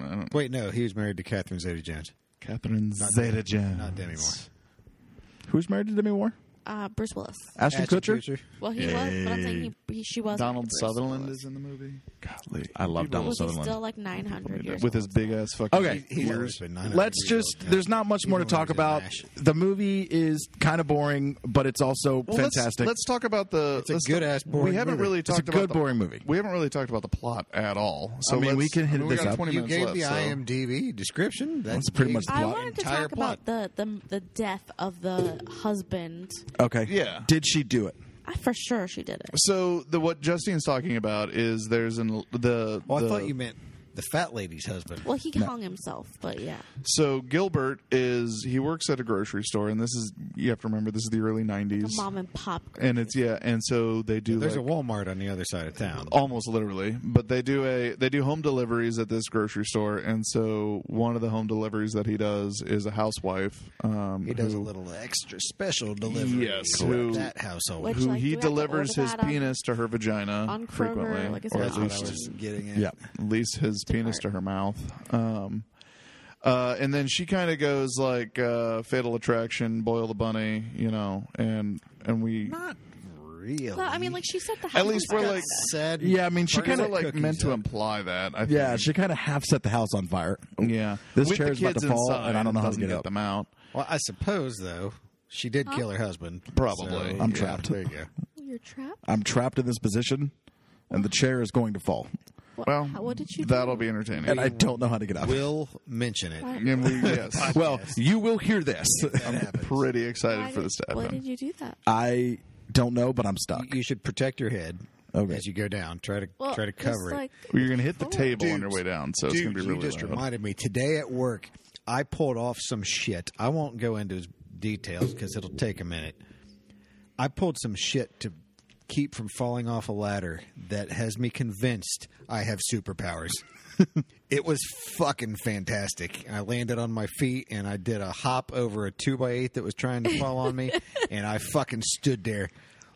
Speaker 2: I don't.
Speaker 4: Wait, no, he was married to Catherine Zeta-Jones,
Speaker 2: Catherine Zeta-Jones.
Speaker 4: not Demi Moore.
Speaker 1: Who's married to Demi Moore?
Speaker 3: Uh, Bruce Willis.
Speaker 1: Ashton
Speaker 4: Ashton
Speaker 1: Kutcher.
Speaker 4: Kutcher.
Speaker 3: Well, he was, but I'm saying he, he she was
Speaker 2: Donald
Speaker 3: Bruce
Speaker 2: Sutherland
Speaker 3: Willis.
Speaker 2: is in the movie
Speaker 1: Golly, I love Donald
Speaker 3: Was he
Speaker 1: Sutherland.
Speaker 3: still like 900 years
Speaker 2: with
Speaker 3: old?
Speaker 2: his big ass fucking.
Speaker 1: Okay.
Speaker 4: He's always been 900
Speaker 1: Let's
Speaker 4: years
Speaker 1: just.
Speaker 4: old, yeah.
Speaker 1: There's not much more to
Speaker 4: Even when
Speaker 1: talk
Speaker 4: he did
Speaker 1: about.
Speaker 4: MASH.
Speaker 1: The movie is kind of boring, but it's also
Speaker 2: Well, let's-
Speaker 1: fantastic.
Speaker 2: Let's, talk about the.
Speaker 4: a
Speaker 2: let's
Speaker 4: good-ass
Speaker 2: talk- We
Speaker 4: boring
Speaker 2: haven't
Speaker 4: movie.
Speaker 2: really
Speaker 1: It's
Speaker 2: talked
Speaker 1: a
Speaker 2: about
Speaker 1: good
Speaker 2: the,
Speaker 1: boring movie.
Speaker 2: We haven't really talked about the plot at all. So
Speaker 1: I mean,
Speaker 2: let's-
Speaker 1: we can hit
Speaker 2: I mean, we
Speaker 1: this
Speaker 2: got
Speaker 1: up.
Speaker 2: 20
Speaker 4: You
Speaker 2: minutes
Speaker 4: gave
Speaker 2: left,
Speaker 4: the
Speaker 2: so-
Speaker 4: IMDb description. That's,
Speaker 1: That's pretty much the
Speaker 3: I
Speaker 1: plot.
Speaker 3: wanted to
Speaker 4: entire
Speaker 3: talk
Speaker 4: plot.
Speaker 3: about the, the the death of the husband.
Speaker 1: okay.
Speaker 2: Yeah.
Speaker 1: Did she do it?
Speaker 3: I for sure she did it.
Speaker 2: So the what Justine's talking about is there's an the.
Speaker 4: Well,
Speaker 2: the-
Speaker 4: I thought you meant the fat lady's husband.
Speaker 3: Well, he hung himself, but yeah.
Speaker 2: So Gilbert is he works at a grocery store, and this is you have to remember this is the early
Speaker 3: The
Speaker 2: '90s,
Speaker 3: mom and pop. Group.
Speaker 2: and it's yeah, and so they do
Speaker 4: There's
Speaker 2: like, Oh.
Speaker 4: a Walmart on the other side of town.
Speaker 2: almost literally but they do a they do home deliveries at this grocery store and so one of the home deliveries that he does is a housewife um
Speaker 4: He does
Speaker 2: who-
Speaker 4: a little extra special delivery
Speaker 2: Yes,
Speaker 4: to
Speaker 2: who-
Speaker 4: that household.
Speaker 3: Which-
Speaker 2: who
Speaker 3: Like, do we
Speaker 2: he
Speaker 3: have to
Speaker 2: delivers
Speaker 3: order
Speaker 2: his
Speaker 3: that on-
Speaker 2: penis to her vagina
Speaker 3: on Kroger,
Speaker 2: frequently
Speaker 3: like, is
Speaker 2: or
Speaker 3: it
Speaker 2: at
Speaker 3: on
Speaker 2: least,
Speaker 3: Amazon?
Speaker 4: getting at.
Speaker 1: Yeah.
Speaker 2: at least his penis to her mouth um uh, and then she kind of goes like uh, fatal attraction boil the bunny you know and and we
Speaker 4: Not really.
Speaker 3: Well, I mean, like she said, the
Speaker 2: At least
Speaker 3: house was
Speaker 2: we're,
Speaker 3: kinda-
Speaker 2: like,
Speaker 4: sad.
Speaker 1: Yeah, I mean, she
Speaker 2: she
Speaker 1: kind
Speaker 2: kind of
Speaker 1: of.
Speaker 2: like meant to imply that I
Speaker 1: Yeah,
Speaker 2: think.
Speaker 1: she kind of half set the house on fire.
Speaker 2: yeah
Speaker 1: This
Speaker 2: With the
Speaker 1: chair's about to
Speaker 2: kids
Speaker 1: fall,
Speaker 2: inside,
Speaker 1: and I don't know how to
Speaker 2: doesn't
Speaker 1: get up.
Speaker 2: them out
Speaker 4: Well, I suppose though she did kill her husband.
Speaker 2: Probably.
Speaker 4: So,
Speaker 1: I'm
Speaker 4: yeah,
Speaker 1: trapped.
Speaker 4: There you go.
Speaker 3: You're trapped.
Speaker 1: I'm trapped in this position, and the chair is going to fall,
Speaker 3: What,
Speaker 2: well
Speaker 3: how, what did she?
Speaker 2: that'll
Speaker 3: do?
Speaker 2: be entertaining
Speaker 1: and I don't know how to get out.
Speaker 4: Will mention it.
Speaker 3: Why-
Speaker 2: And we- yes.
Speaker 1: Well, you will hear this.
Speaker 2: I'm pretty excited
Speaker 3: why
Speaker 2: for
Speaker 3: did-
Speaker 2: this to
Speaker 3: Why did
Speaker 2: happen.
Speaker 3: you do that?
Speaker 1: I don't know, but I'm stuck.
Speaker 4: You should protect your head
Speaker 1: Okay.
Speaker 4: as you go down. Try to
Speaker 3: Well,
Speaker 4: try to
Speaker 3: just,
Speaker 4: cover it.
Speaker 3: like,
Speaker 2: Well, you're going to hit the
Speaker 1: Oh,
Speaker 2: table on
Speaker 4: Dude,
Speaker 2: your way down, so it's
Speaker 4: Dude,
Speaker 2: going to be
Speaker 4: you
Speaker 2: really
Speaker 4: just
Speaker 2: loud.
Speaker 4: reminded me today at work. I pulled off some shit. I won't go into details because it'll take a minute. I pulled some shit to keep from falling off a ladder that has me convinced I have superpowers. it was fucking fantastic. I landed on my feet and I did a hop over a two by eight that was trying to fall on me, and I fucking stood there.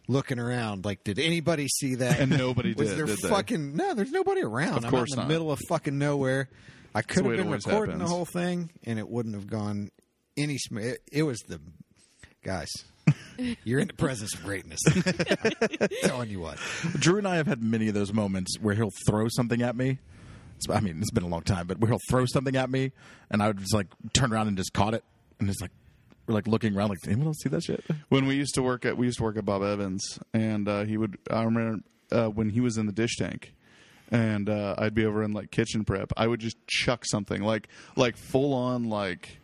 Speaker 4: Looking around, like, did anybody see that?
Speaker 2: And nobody
Speaker 4: was
Speaker 2: did,
Speaker 4: there
Speaker 2: did they?
Speaker 4: fucking no? There's nobody around.
Speaker 2: Of
Speaker 4: I'm
Speaker 2: course
Speaker 4: out in the
Speaker 2: not.
Speaker 4: middle of fucking nowhere. I could
Speaker 2: the
Speaker 4: have
Speaker 2: way it
Speaker 4: been
Speaker 2: always
Speaker 4: recording
Speaker 2: happens.
Speaker 4: the whole thing, and it wouldn't have gone any. Sm- it, it was the guys. You're in the presence of greatness. I'm telling you what,
Speaker 1: Drew and I have had many of those moments where he'll throw something at me. It's- I mean, it's been a long time, but where he'll throw something at me, and I would just like turn around and just caught it, and it's like we're like looking around, like "Did anyone else see that shit?
Speaker 2: When we used to work at we used to work at Bob Evans, and uh, he would. I remember uh, when he was in the dish tank, and uh, I'd be over in like kitchen prep. I would just chuck something like like full on like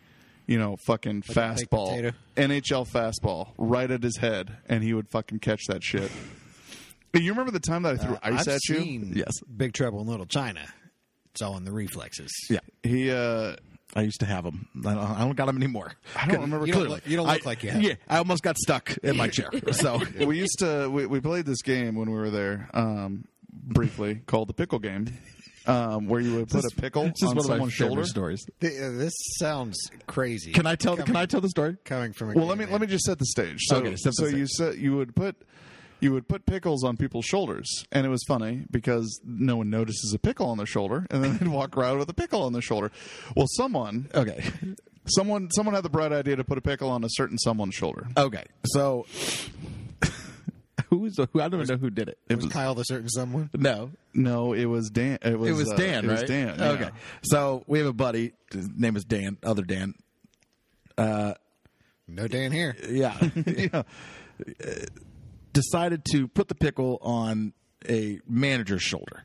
Speaker 2: you know fucking
Speaker 5: baked
Speaker 2: fastball
Speaker 5: potato.
Speaker 2: NHL fastball right at his head, and he would fucking catch that shit. you remember the time that I threw ice
Speaker 4: Uh, I've
Speaker 2: at you?
Speaker 4: seen
Speaker 1: Yes.
Speaker 4: Big Trouble in Little China. It's all in the reflexes.
Speaker 1: Yeah.
Speaker 2: He uh,
Speaker 1: I used to have them. I don't, I don't got them anymore.
Speaker 2: I don't remember
Speaker 4: You don't
Speaker 2: clearly.
Speaker 4: look, you don't look
Speaker 1: I-
Speaker 4: like you have.
Speaker 1: Yeah, I almost got stuck in my chair. So
Speaker 2: we used to we, we played this game when we were there um, briefly called the pickle game um, where you would put a pickle
Speaker 1: This is
Speaker 2: on
Speaker 1: one of my
Speaker 2: someone's
Speaker 1: favorite
Speaker 2: shoulder
Speaker 1: stories.
Speaker 4: Th- uh, this sounds crazy.
Speaker 1: Can I tell? Can I tell the story?
Speaker 4: Coming from a
Speaker 2: well let me let me just set the stage so,
Speaker 1: Okay, set the
Speaker 2: so you set you would put you would put pickles on people's shoulders and it was funny because no one notices a pickle on their shoulder and then they'd walk around with a pickle on their shoulder well someone
Speaker 1: Okay.
Speaker 2: someone someone had the bright idea to put a pickle on a certain someone's shoulder
Speaker 1: Okay. So who is? the- Who I don't even know who did it. It
Speaker 4: was Kyle the certain someone.
Speaker 1: no.
Speaker 2: no it was dan it was,
Speaker 1: It was
Speaker 2: uh,
Speaker 1: Dan,
Speaker 2: it
Speaker 1: right?
Speaker 2: was dan yeah.
Speaker 1: Okay. So we have a buddy. His name is Dan. Other Dan.
Speaker 4: No Dan here.
Speaker 1: yeah, Uh, decided to put the pickle on a manager's shoulder.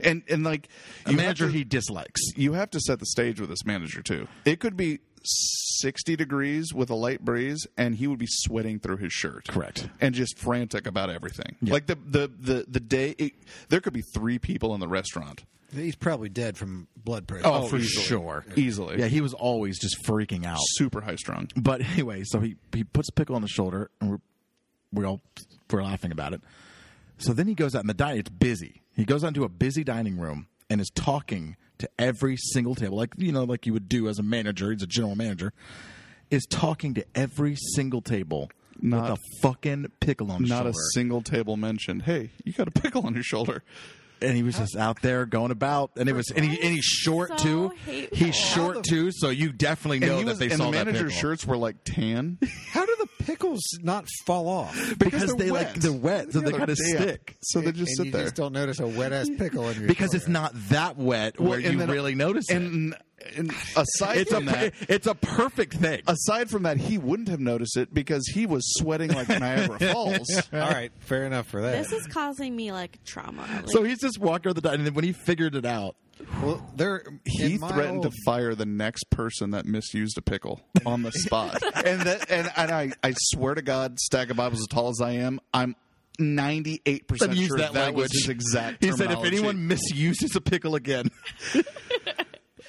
Speaker 2: and and like
Speaker 1: A
Speaker 2: you have
Speaker 1: manager
Speaker 2: to-
Speaker 1: he dislikes.
Speaker 2: you have to set the stage with this manager too. It could be 60 degrees with a light breeze and he would be sweating through his shirt.
Speaker 1: Correct.
Speaker 2: And just frantic about everything. Like the the the the day it, there could be 3 people in the restaurant.
Speaker 4: He's probably dead from blood pressure.
Speaker 2: Oh,
Speaker 4: Oh,
Speaker 2: for easily. sure. Easily.
Speaker 1: Oh, Yeah, he was always just freaking out.
Speaker 2: Super high strung.
Speaker 1: But anyway, so he he puts a pickle on the shoulder, and we're we're all we're laughing about it. So then he goes out in the dining. It's busy. He goes out into a busy dining room and is talking to every single table, like you know, like you would do as a manager. He's a general manager. Is talking to every single table
Speaker 2: Not-
Speaker 1: with a fucking pickle on his
Speaker 2: Not
Speaker 1: shoulder.
Speaker 2: a single table mentioned. Hey, you got a pickle on your shoulder.
Speaker 1: and he was just out there going about, and it was and, he, and he's short
Speaker 3: So
Speaker 1: too.
Speaker 3: hateful.
Speaker 1: He's short too, so you definitely
Speaker 2: And
Speaker 1: know
Speaker 2: he
Speaker 1: that
Speaker 2: was,
Speaker 1: they
Speaker 2: and
Speaker 1: saw
Speaker 2: the
Speaker 1: that pickle
Speaker 2: manager's shirts were like tan
Speaker 4: How do the pickles not fall off?
Speaker 1: because,
Speaker 2: they're
Speaker 1: they like
Speaker 2: wet.
Speaker 1: they're wet, so
Speaker 2: Yeah,
Speaker 1: they
Speaker 2: they're
Speaker 1: kind of
Speaker 2: damp.
Speaker 1: stick.
Speaker 2: So they just
Speaker 4: and
Speaker 2: sit
Speaker 4: you
Speaker 2: there.
Speaker 4: just don't notice a wet ass pickle on your
Speaker 1: Because it's
Speaker 4: shoulder.
Speaker 1: not that wet
Speaker 2: Well,
Speaker 1: where
Speaker 2: and
Speaker 1: you
Speaker 2: then-
Speaker 1: really notice it.
Speaker 2: and, and aside
Speaker 1: It's a
Speaker 2: from that,
Speaker 1: it's a perfect thing.
Speaker 2: aside from that, he wouldn't have noticed it because he was sweating like Niagara Falls.
Speaker 4: All right, fair enough for that.
Speaker 3: This is causing me like trauma. Like,
Speaker 1: so he's just walking around the dining, and when he figured it out,
Speaker 4: well, there
Speaker 2: He
Speaker 4: in my
Speaker 2: threatened
Speaker 4: old-
Speaker 2: to fire the next person that misused a pickle on the spot. and that, and, and I, I swear to God, Stack of Bibles, as tall as I am, I'm 98%
Speaker 1: I've used
Speaker 2: sure that,
Speaker 1: that, language.
Speaker 2: was his exact
Speaker 1: he said, "If
Speaker 2: terminology.
Speaker 1: anyone misuses a pickle again,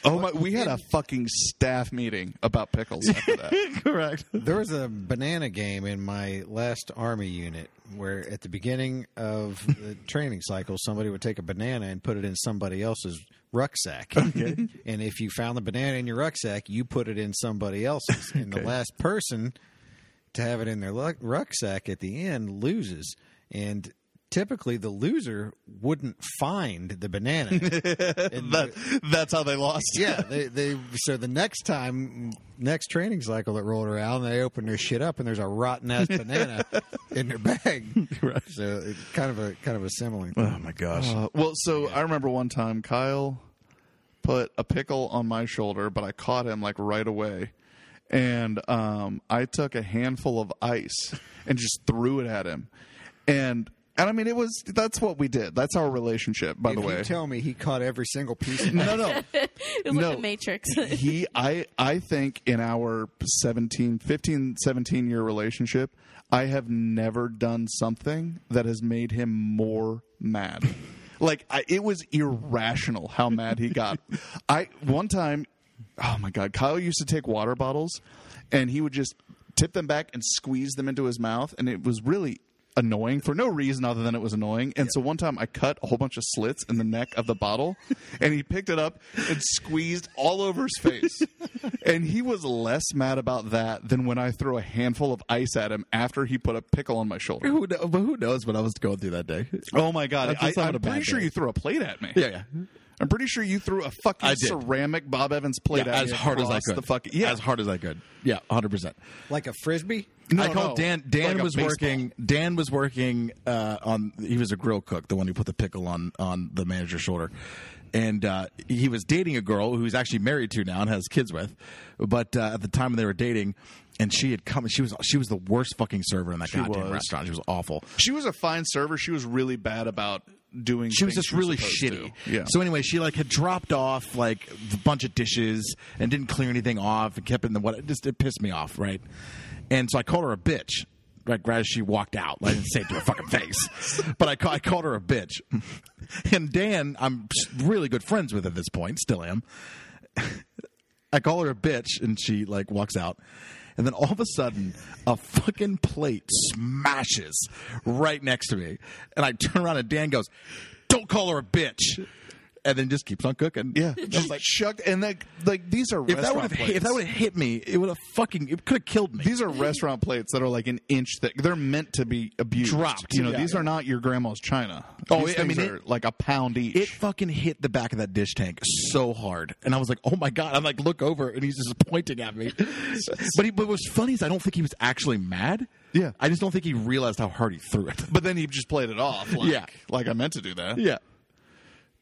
Speaker 2: Oh my, we had a fucking staff meeting about pickles after that.
Speaker 1: correct."
Speaker 4: There was a banana game in my last army unit where at the beginning of the training cycle somebody would take a banana and put it in somebody else's rucksack. And if you found the banana in your rucksack, you put it in somebody else's. And the last person to have it in their lu- rucksack at the end loses. And typically the loser wouldn't find the banana. And
Speaker 2: That's how they lost.
Speaker 4: yeah, they, they so the next time next training cycle that rolled around, they open their shit up and there's a rotten ass banana in their bag. Right. So it's kind of a kind of a similar.
Speaker 1: Oh my gosh!
Speaker 2: Uh, well, so I remember one time Kyle put a pickle on my shoulder, but I caught him like right away. And um, I took a handful of ice and just threw it at him. And and I mean, it was that's what we did. That's our relationship, by
Speaker 4: if
Speaker 2: the way.
Speaker 4: you tell me he caught every single piece. Of
Speaker 2: no, no.
Speaker 3: it was
Speaker 2: no.
Speaker 3: like the Matrix.
Speaker 2: he I I think in our 17 15 17 year relationship I have never done something that has made him more mad. like I, it was irrational how mad he got. I one time oh my god Kyle used to take water bottles and he would just tip them back and squeeze them into his mouth and it was really annoying for no reason other than it was annoying. And so one time I cut a whole bunch of slits in the neck of the bottle and he picked it up and squeezed all over his face. and he was less mad about that than when I threw a handful of ice at him after he put a pickle on my shoulder.
Speaker 1: Who, kno- but who knows what I was going through that day?
Speaker 2: Oh my god!
Speaker 1: That's
Speaker 2: I,
Speaker 1: just not
Speaker 2: I'm
Speaker 1: a bad
Speaker 2: pretty sure
Speaker 1: day.
Speaker 2: you threw a plate at me.
Speaker 1: Yeah, yeah.
Speaker 2: I'm pretty sure you threw a fucking
Speaker 1: I did.
Speaker 2: ceramic Bob Evans plate
Speaker 1: Yeah,
Speaker 2: at
Speaker 1: as
Speaker 2: me
Speaker 1: hard as I
Speaker 2: across
Speaker 1: could.
Speaker 2: The fucking, yeah,
Speaker 1: as hard as I could. Yeah, hundred percent.
Speaker 4: like a frisbee.
Speaker 2: No,
Speaker 1: I called
Speaker 2: no.
Speaker 1: Dan. Dan
Speaker 2: Like a
Speaker 1: was
Speaker 2: baseball.
Speaker 1: working. Dan was working uh, on. He was a grill cook, the one who put the pickle on on the manager's shoulder, and uh, he was dating a girl who he's actually married to now and has kids with. But uh, at the time they were dating, and she had come. She was she was the worst fucking server in that goddamn
Speaker 2: was.
Speaker 1: restaurant. She was awful.
Speaker 2: She was a fine server. She was really bad about doing.
Speaker 1: She was
Speaker 2: things
Speaker 1: just really
Speaker 2: supposed
Speaker 1: shitty.
Speaker 2: to. Yeah.
Speaker 1: So anyway, she like had dropped off like a bunch of dishes and didn't clear anything off and kept it in the what. It just it pissed me off, right? And so I called her a bitch. Like right as she walked out, I didn't say it to her fucking face, but I, ca- I called her a bitch. And Dan, I'm really good friends with at this point, still am. I call her a bitch, and she like walks out. And then all of a sudden, a fucking plate smashes right next to me. And I turn around, and Dan goes, "Don't call her a bitch," and then just keeps on cooking.
Speaker 2: yeah,
Speaker 1: I was
Speaker 2: just
Speaker 1: like,
Speaker 2: chucked. And like, like these are
Speaker 1: if that would
Speaker 2: restaurant
Speaker 1: have
Speaker 2: plates.
Speaker 1: if that would have hit me, it would have fucking it could have killed me.
Speaker 2: these are restaurant plates that are like an inch thick. They're meant to be abused.
Speaker 1: Dropped,
Speaker 2: You know,
Speaker 1: yeah.
Speaker 2: these are not your grandma's china.
Speaker 1: Oh,
Speaker 2: These
Speaker 1: I
Speaker 2: things
Speaker 1: mean, it-
Speaker 2: are like a pound each.
Speaker 1: it fucking hit the back of that dish tank so hard, and I was like, "Oh my god!" I'm like, look over, and he's just pointing at me. but he, but what's funny is I don't think he was actually mad.
Speaker 2: Yeah.
Speaker 1: I just don't think he realized how hard he threw it.
Speaker 2: but then he just played it off. Like,
Speaker 1: Yeah.
Speaker 2: like I meant to do that.
Speaker 1: yeah.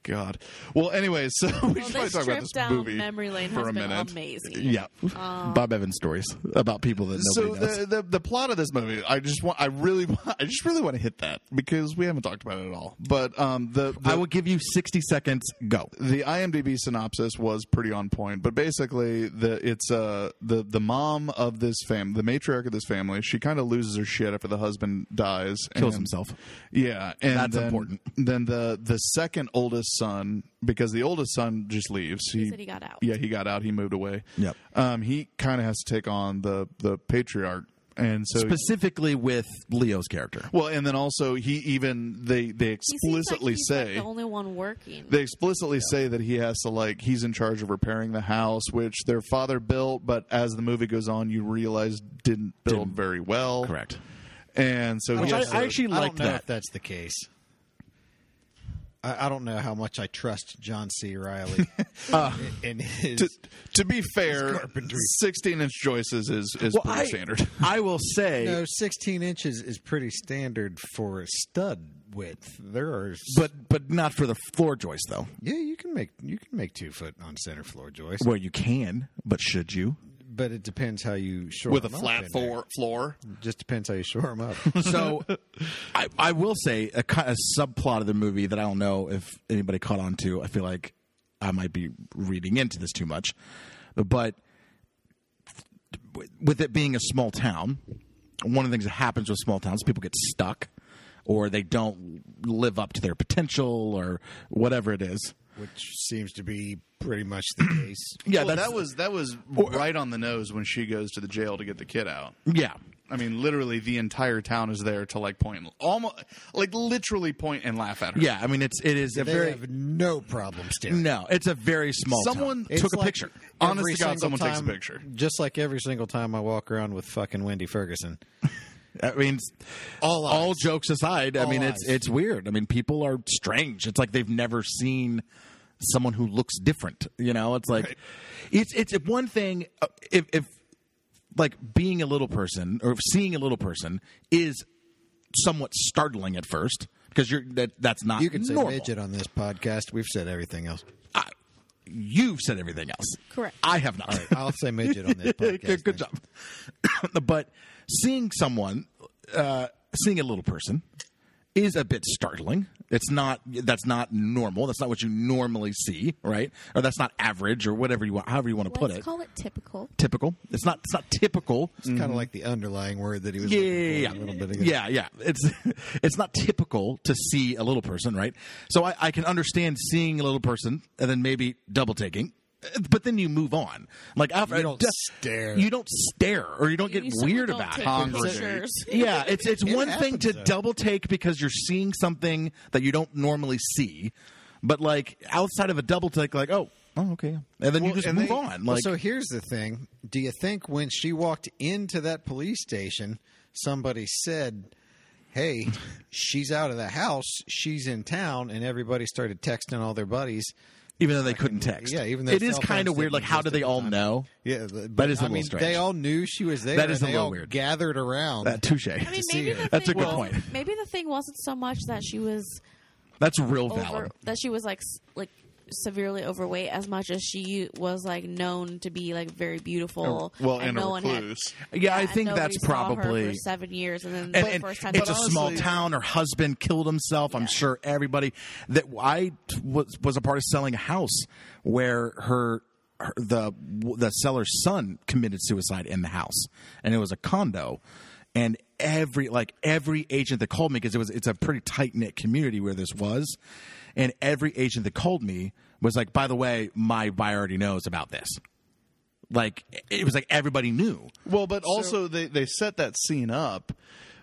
Speaker 2: God. Well, anyway, so we
Speaker 3: Well,
Speaker 2: should probably talk
Speaker 3: this trip
Speaker 2: about this
Speaker 3: down
Speaker 2: movie
Speaker 3: memory lane
Speaker 2: for
Speaker 3: has
Speaker 2: a
Speaker 3: been
Speaker 2: minute.
Speaker 3: amazing.
Speaker 1: Yeah, Bob Evans stories about people that
Speaker 2: so
Speaker 1: nobody knows.
Speaker 2: the, the the plot of this movie, I just want, I really, wa- I just really want to hit that because we haven't talked about it at all. But um, the, the
Speaker 1: I will give you sixty seconds. Go.
Speaker 2: the IMDb synopsis was pretty on point, but basically, the it's uh the the mom of this fam, the matriarch of this family, she kind of loses her shit after the husband dies,
Speaker 1: Kills himself.
Speaker 2: Yeah, and
Speaker 1: That's
Speaker 2: then-
Speaker 1: important.
Speaker 2: Then the the second oldest son, because the oldest son just leaves. He,
Speaker 3: said he got out.
Speaker 2: Yeah, he got out. He moved away.
Speaker 1: Yep.
Speaker 2: Um, he kind of has to take on the the patriarch, and so.
Speaker 1: Specifically with Leo's character.
Speaker 2: well, and then also he even they they
Speaker 3: He seems like
Speaker 2: explicitly
Speaker 3: he's,
Speaker 2: say
Speaker 3: like, the only one working.
Speaker 2: they explicitly say that he has to like he's in charge of repairing the house which their father built but as the movie goes on you realize didn't build
Speaker 1: Didn't.
Speaker 2: very well
Speaker 1: Correct.
Speaker 2: and so he
Speaker 1: Which I-
Speaker 2: has to-
Speaker 1: I actually
Speaker 4: I
Speaker 1: liked
Speaker 4: don't know
Speaker 1: that.
Speaker 4: if that's the case. I, I don't know how much I trust John C. Riley and his.
Speaker 2: Uh, to, to be fair
Speaker 4: carpentry.
Speaker 2: 16 inch joices is is pretty
Speaker 1: I,
Speaker 2: standard
Speaker 1: I will say,
Speaker 4: no, 16 inches is pretty standard for a stud width. There are, s-
Speaker 1: but but not for the floor joist though.
Speaker 4: yeah, you can make you can make two foot on center floor joists,
Speaker 1: Well, you can, but should you?
Speaker 4: but it depends how you shore
Speaker 2: with a
Speaker 4: 'em up
Speaker 2: flat
Speaker 4: in there.
Speaker 2: floor floor
Speaker 4: Just depends how you shore them up.
Speaker 1: So, I, I will say a kind of subplot of the movie that I don't know if anybody caught on to. I feel like I might be reading into this too much, but with it being a small town, one of the things that happens with small towns, people get stuck, or they don't live up to their potential, or whatever it is.
Speaker 4: which seems to be pretty much the case.
Speaker 1: Yeah,
Speaker 2: Well,
Speaker 1: that's,
Speaker 2: that was that was right on the nose when she goes to the jail to get the kid out
Speaker 1: yeah.
Speaker 2: I mean, literally, the entire town is there to like point, almost like literally point and laugh at her.
Speaker 1: Yeah, I mean it's it is a
Speaker 4: They
Speaker 1: very
Speaker 4: have no problem staring.
Speaker 1: no, it's a very small. town.
Speaker 2: Someone
Speaker 4: It's
Speaker 1: took a
Speaker 4: like
Speaker 1: picture.
Speaker 4: every
Speaker 2: Honest to God,
Speaker 4: single
Speaker 2: someone takes a
Speaker 4: time-
Speaker 2: picture.
Speaker 4: Just like every single time I walk around with fucking Wendy Ferguson.
Speaker 1: I mean, all all jokes aside, I mean it's
Speaker 4: eyes.
Speaker 1: it's weird. I mean, people are strange. It's like they've never seen someone who looks different. You know, it's like it's it's one thing uh, if if like being a little person or seeing a little person is somewhat startling at first because you're that that's not
Speaker 4: You can say
Speaker 1: normal.
Speaker 4: midget on this podcast. We've said everything else.
Speaker 1: I- you've said everything else.
Speaker 3: Correct.
Speaker 1: I have not.
Speaker 4: I'll say midget on this podcast.
Speaker 1: good, good
Speaker 4: next
Speaker 1: job. but seeing someone, uh, seeing a little person, is a bit startling. It's not. That's not normal. That's not what you normally see, right? Or that's not average, or whatever you want, however you want to put
Speaker 3: Let's
Speaker 1: it.
Speaker 3: call it typical.
Speaker 1: typical. It's not. It's not typical.
Speaker 4: It's kind of like the underlying word that he was
Speaker 1: Yeah,
Speaker 4: looking
Speaker 1: yeah,
Speaker 4: for a
Speaker 1: yeah.
Speaker 4: little bit ago.
Speaker 1: yeah, yeah. It's it's not typical to see a little person, right? So I, I can understand seeing a little person and then maybe double taking, but then you move on. Like after
Speaker 4: You don't
Speaker 1: de-
Speaker 4: stare.
Speaker 1: you don't stare, or you don't get
Speaker 3: You certainly
Speaker 1: weird
Speaker 3: don't
Speaker 1: about
Speaker 3: take
Speaker 1: it.
Speaker 2: Congregate.
Speaker 3: pictures.
Speaker 1: Yeah, it's it's one thing
Speaker 4: happens,
Speaker 1: to
Speaker 4: though.
Speaker 1: double take because you're seeing something that you don't normally see, but like outside of a double take, like oh, oh okay, and then you just
Speaker 2: and
Speaker 1: move
Speaker 2: they-
Speaker 1: on.
Speaker 4: Well,
Speaker 1: Like
Speaker 4: so here's the thing. Do you think when she walked into that police station, somebody said, Hey, she's out of the house, she's in town, and everybody started texting all their buddies?
Speaker 1: even though they couldn't text,
Speaker 4: yeah, even though
Speaker 1: it is
Speaker 4: cell phones
Speaker 1: kind of weird.
Speaker 4: didn't
Speaker 1: Like how do
Speaker 4: exist
Speaker 1: they
Speaker 4: at the
Speaker 1: all
Speaker 4: time.
Speaker 1: know?
Speaker 4: Yeah, but,
Speaker 1: That is a
Speaker 4: I
Speaker 1: little
Speaker 4: mean,
Speaker 1: strange.
Speaker 4: They all knew she was there.
Speaker 1: That is
Speaker 4: and
Speaker 1: a
Speaker 4: they
Speaker 1: little
Speaker 4: all
Speaker 1: weird.
Speaker 4: Gathered around.
Speaker 1: That Uh, touche.
Speaker 3: I mean,
Speaker 4: To see
Speaker 3: maybe
Speaker 4: her.
Speaker 3: the
Speaker 1: That's a
Speaker 3: thing
Speaker 1: good
Speaker 3: wasn't-
Speaker 1: point.
Speaker 3: Maybe the thing wasn't so much that she was
Speaker 1: That's real
Speaker 3: over
Speaker 1: valid.
Speaker 3: that she was like s- like severely overweight as much as she was like known to be like very beautiful.
Speaker 2: Er, Well, and a
Speaker 3: had-
Speaker 2: recluse.
Speaker 1: Yeah, I
Speaker 3: and
Speaker 1: think
Speaker 3: nobody
Speaker 1: that's
Speaker 3: saw her for
Speaker 1: probably-
Speaker 3: seven years, and then
Speaker 1: and,
Speaker 3: the
Speaker 1: and
Speaker 3: first time
Speaker 1: it's
Speaker 3: they
Speaker 1: a
Speaker 2: Um, but
Speaker 3: saw oh,
Speaker 1: small
Speaker 2: honestly-
Speaker 1: town. Her husband killed himself. I'm sure everybody that I t- was was a part of selling a house where her, her the the seller's son committed suicide in the house, and it was a condo, and every like every agent that called me because it was it's a pretty tight knit community where this was, and every agent that called me was like, by the way, my buyer already knows about this. Like it was like everybody knew.
Speaker 2: Well, but also they they set that scene up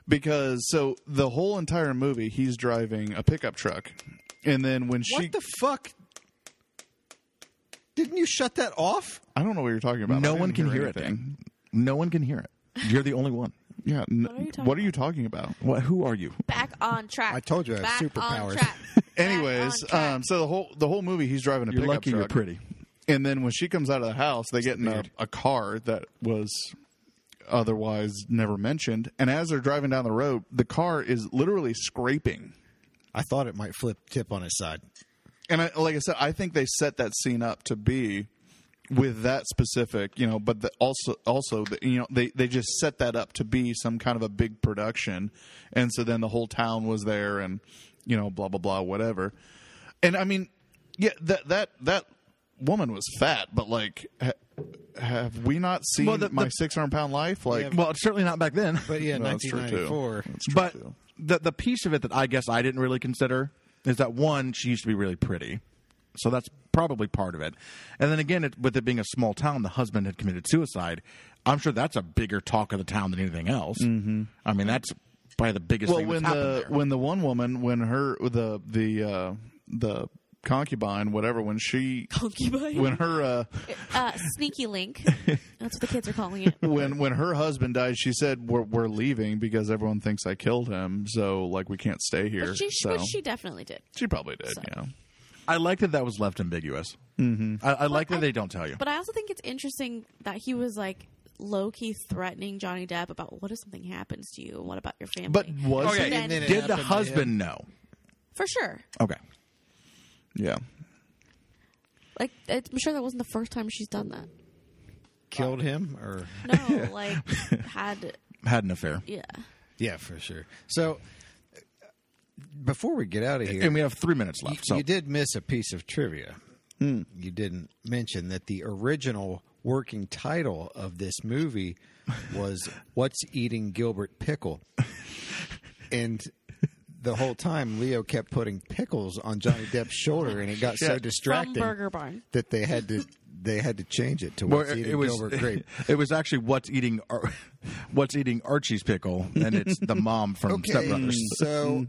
Speaker 2: because so the whole entire movie he's driving a pickup truck, and then when she
Speaker 5: What the fuck? Didn't you shut that off?
Speaker 2: I don't know what you're talking about. I
Speaker 1: No
Speaker 2: didn't
Speaker 1: one can hear, it.
Speaker 2: anything.
Speaker 1: Nick. No one can hear it. You're the only one.
Speaker 2: Yeah. n-
Speaker 3: What are you talking
Speaker 2: what are you talking about?
Speaker 1: What, who are you?
Speaker 3: back on track.
Speaker 4: I told you I
Speaker 3: back
Speaker 4: have
Speaker 3: On
Speaker 4: superpowers.
Speaker 3: track. Back on
Speaker 2: Anyways,
Speaker 3: track.
Speaker 2: um, so the whole the whole movie he's driving a
Speaker 1: You're
Speaker 2: pickup
Speaker 1: lucky
Speaker 2: truck.
Speaker 1: you're pretty.
Speaker 2: And then when she comes out of the house, they get in a, a car that was otherwise never mentioned. And as they're driving down the road, the car is literally scraping.
Speaker 4: I thought it might flip tip on its side.
Speaker 2: And I, like I said, I think they set that scene up to be with that specific, you know, but the, also also the, you know they they just set that up to be some kind of a big production, and so then the whole town was there, and you know, blah blah blah, whatever. And I mean, yeah, that that that woman was fat, but like. Ha- have we not seen
Speaker 1: Well, the-
Speaker 2: my
Speaker 1: the-
Speaker 2: six hundred pound life? Like,
Speaker 1: Well, it's certainly not back then.
Speaker 4: But yeah,
Speaker 2: No, that's true, too.
Speaker 4: 1994.
Speaker 1: But the the piece of it that I guess I didn't really consider is that one, she used to be really pretty, so that's probably part of it. And then again, it, with it being a small town, the husband had committed suicide. I'm sure that's a bigger talk of the town than anything else. Mm-hmm. I mean, that's probably the biggest
Speaker 2: well,
Speaker 1: thing
Speaker 2: when
Speaker 1: that's happened
Speaker 2: the
Speaker 1: there.
Speaker 2: when the one woman, when her the the uh, the concubine, whatever, when she
Speaker 3: Concubine.
Speaker 2: when her uh,
Speaker 3: uh, sneaky link. That's what the kids are calling it.
Speaker 2: when when her husband died, she said we're we're leaving because everyone thinks I killed him, so like we can't stay here.
Speaker 3: But she,
Speaker 2: so
Speaker 3: which she definitely did.
Speaker 2: She probably did,
Speaker 3: So.
Speaker 2: yeah.
Speaker 1: I like that that was left ambiguous. Mm-hmm. I, I like that
Speaker 3: I-
Speaker 1: they don't tell you.
Speaker 3: But I also think it's interesting that he was like low key threatening Johnny Depp about what if something happens to you and what about your family?
Speaker 2: But was
Speaker 1: Okay,
Speaker 3: And then it
Speaker 1: did the
Speaker 4: happened to
Speaker 1: husband know?
Speaker 3: for sure,
Speaker 1: Okay,
Speaker 2: yeah.
Speaker 3: like I'm sure that wasn't the first time she's done that.
Speaker 4: Killed him or
Speaker 3: No, like had
Speaker 1: had an affair.
Speaker 3: yeah.
Speaker 4: Yeah, for sure. So uh, before we get out of here,
Speaker 1: And we have three minutes
Speaker 4: you,
Speaker 1: left. so Hmm.
Speaker 4: you did miss a piece of trivia. You didn't mention that the original working title of this movie was What's Eating Gilbert Pickle? And the whole time, Leo kept putting pickles on Johnny Depp's shoulder, and it got so
Speaker 3: From
Speaker 4: distracting
Speaker 3: Burger Barn.
Speaker 4: that they had to they had to change it to
Speaker 1: Well,
Speaker 4: What's Eating Gilbert Grape.
Speaker 1: it was actually what's eating Ar- what's eating Archie's pickle, and it's the mom from Step
Speaker 4: Okay,
Speaker 1: Brothers.
Speaker 4: so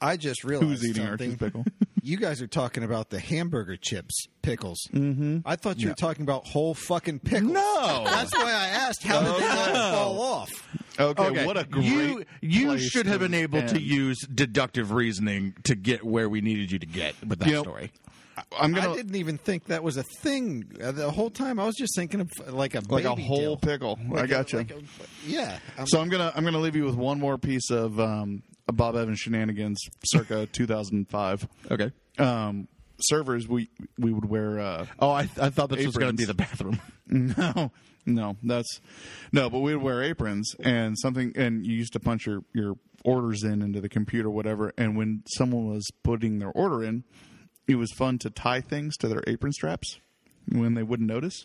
Speaker 4: I just realized
Speaker 2: Mhm. Who's eating
Speaker 4: something.
Speaker 2: Archie's pickle?
Speaker 4: you guys are talking about the hamburger chips pickles. Mm-hmm. I thought you were talking about whole fucking pickles.
Speaker 1: No.
Speaker 4: that's why I asked how did that fall off.
Speaker 2: Okay, what a great
Speaker 1: you you
Speaker 2: place
Speaker 1: should have been able to
Speaker 2: end.
Speaker 1: use deductive reasoning to get where we needed you to get with that
Speaker 2: You know,
Speaker 1: story.
Speaker 2: I'm
Speaker 4: I
Speaker 2: gonna
Speaker 4: didn't even think that was a thing Uh, the whole time. I was just thinking of uh, like a
Speaker 2: like a
Speaker 4: baby
Speaker 2: whole
Speaker 4: deal.
Speaker 2: pickle. I
Speaker 4: Like a-
Speaker 2: got you.
Speaker 4: like a- yeah. um, I'm-
Speaker 2: so I'm gonna I'm gonna leave you with one more piece of um, Bob Evans shenanigans, circa 2005.
Speaker 1: Okay.
Speaker 2: Um, servers, we we would wear uh,
Speaker 1: Oh, I, I thought this was going to
Speaker 2: Aprons.
Speaker 1: be the bathroom.
Speaker 2: No, no, that's no. But we'd wear aprons and something, and you used to punch your your orders in into the computer, whatever. And when someone was putting their order in, it was fun to tie things to their apron straps when they wouldn't notice.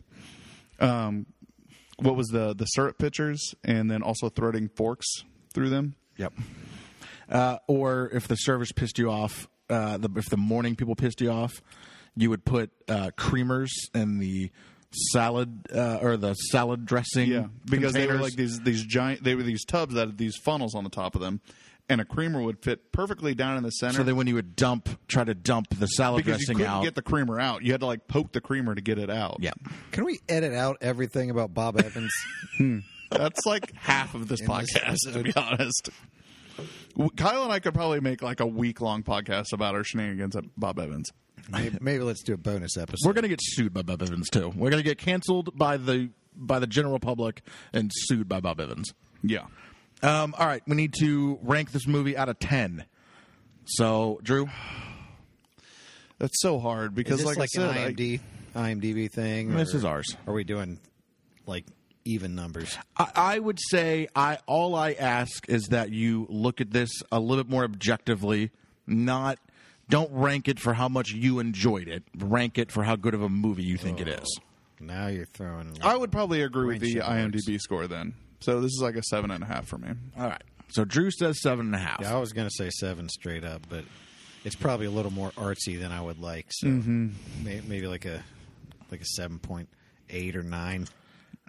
Speaker 2: Um, what was the the syrup pitchers, and then also threading forks through them.
Speaker 1: Yep. Uh, or if the service pissed you off, uh, the, if the morning people pissed you off, you would put uh, creamers in the salad uh, or the salad dressing.
Speaker 2: Yeah, because they were
Speaker 1: containers.
Speaker 2: like these these giant. They were these tubs that had these funnels on the top of them, and a creamer would fit perfectly down in the center.
Speaker 1: So then when you would dump, try to dump the salad
Speaker 2: because you
Speaker 1: dressing
Speaker 2: couldn't
Speaker 1: out.
Speaker 2: get the creamer out. You had to like poke the creamer to get it out.
Speaker 1: yeah.
Speaker 4: can we edit out everything about Bob Evans?
Speaker 2: that's like half of this
Speaker 4: this
Speaker 2: podcast, to be honest. W- Kyle and I could probably make like a week long podcast about our shenanigans at Bob Evans.
Speaker 4: maybe, maybe let's do a bonus episode.
Speaker 1: We're going to get sued by Bob Evans too. We're going to get canceled by the by the general public and sued by Bob Evans.
Speaker 2: Yeah,
Speaker 1: Um, all right, we need to rank this movie out of 10. So, Drew,
Speaker 2: That's so hard
Speaker 4: Is
Speaker 2: because,
Speaker 4: this
Speaker 2: like,
Speaker 4: like,
Speaker 2: I said, I-
Speaker 4: an IMD, IMDb thing?
Speaker 1: This
Speaker 4: or
Speaker 1: is ours.
Speaker 4: Are we doing like even numbers?
Speaker 1: I, I would say I all I ask is that you look at this a little bit more objectively, not don't rank it for how much you enjoyed it. Rank it for how good of a movie you think it
Speaker 4: Oh.
Speaker 1: is.
Speaker 4: Now you're throwing.
Speaker 2: I would probably agree with the
Speaker 4: Friendship
Speaker 2: IMDb score then. So this is like a seven and a half for me.
Speaker 1: All right. So Drew says seven and a half.
Speaker 4: I was going to say seven straight up, but it's probably a little more artsy than I would like. So may, maybe like a like a seven point eight or nine.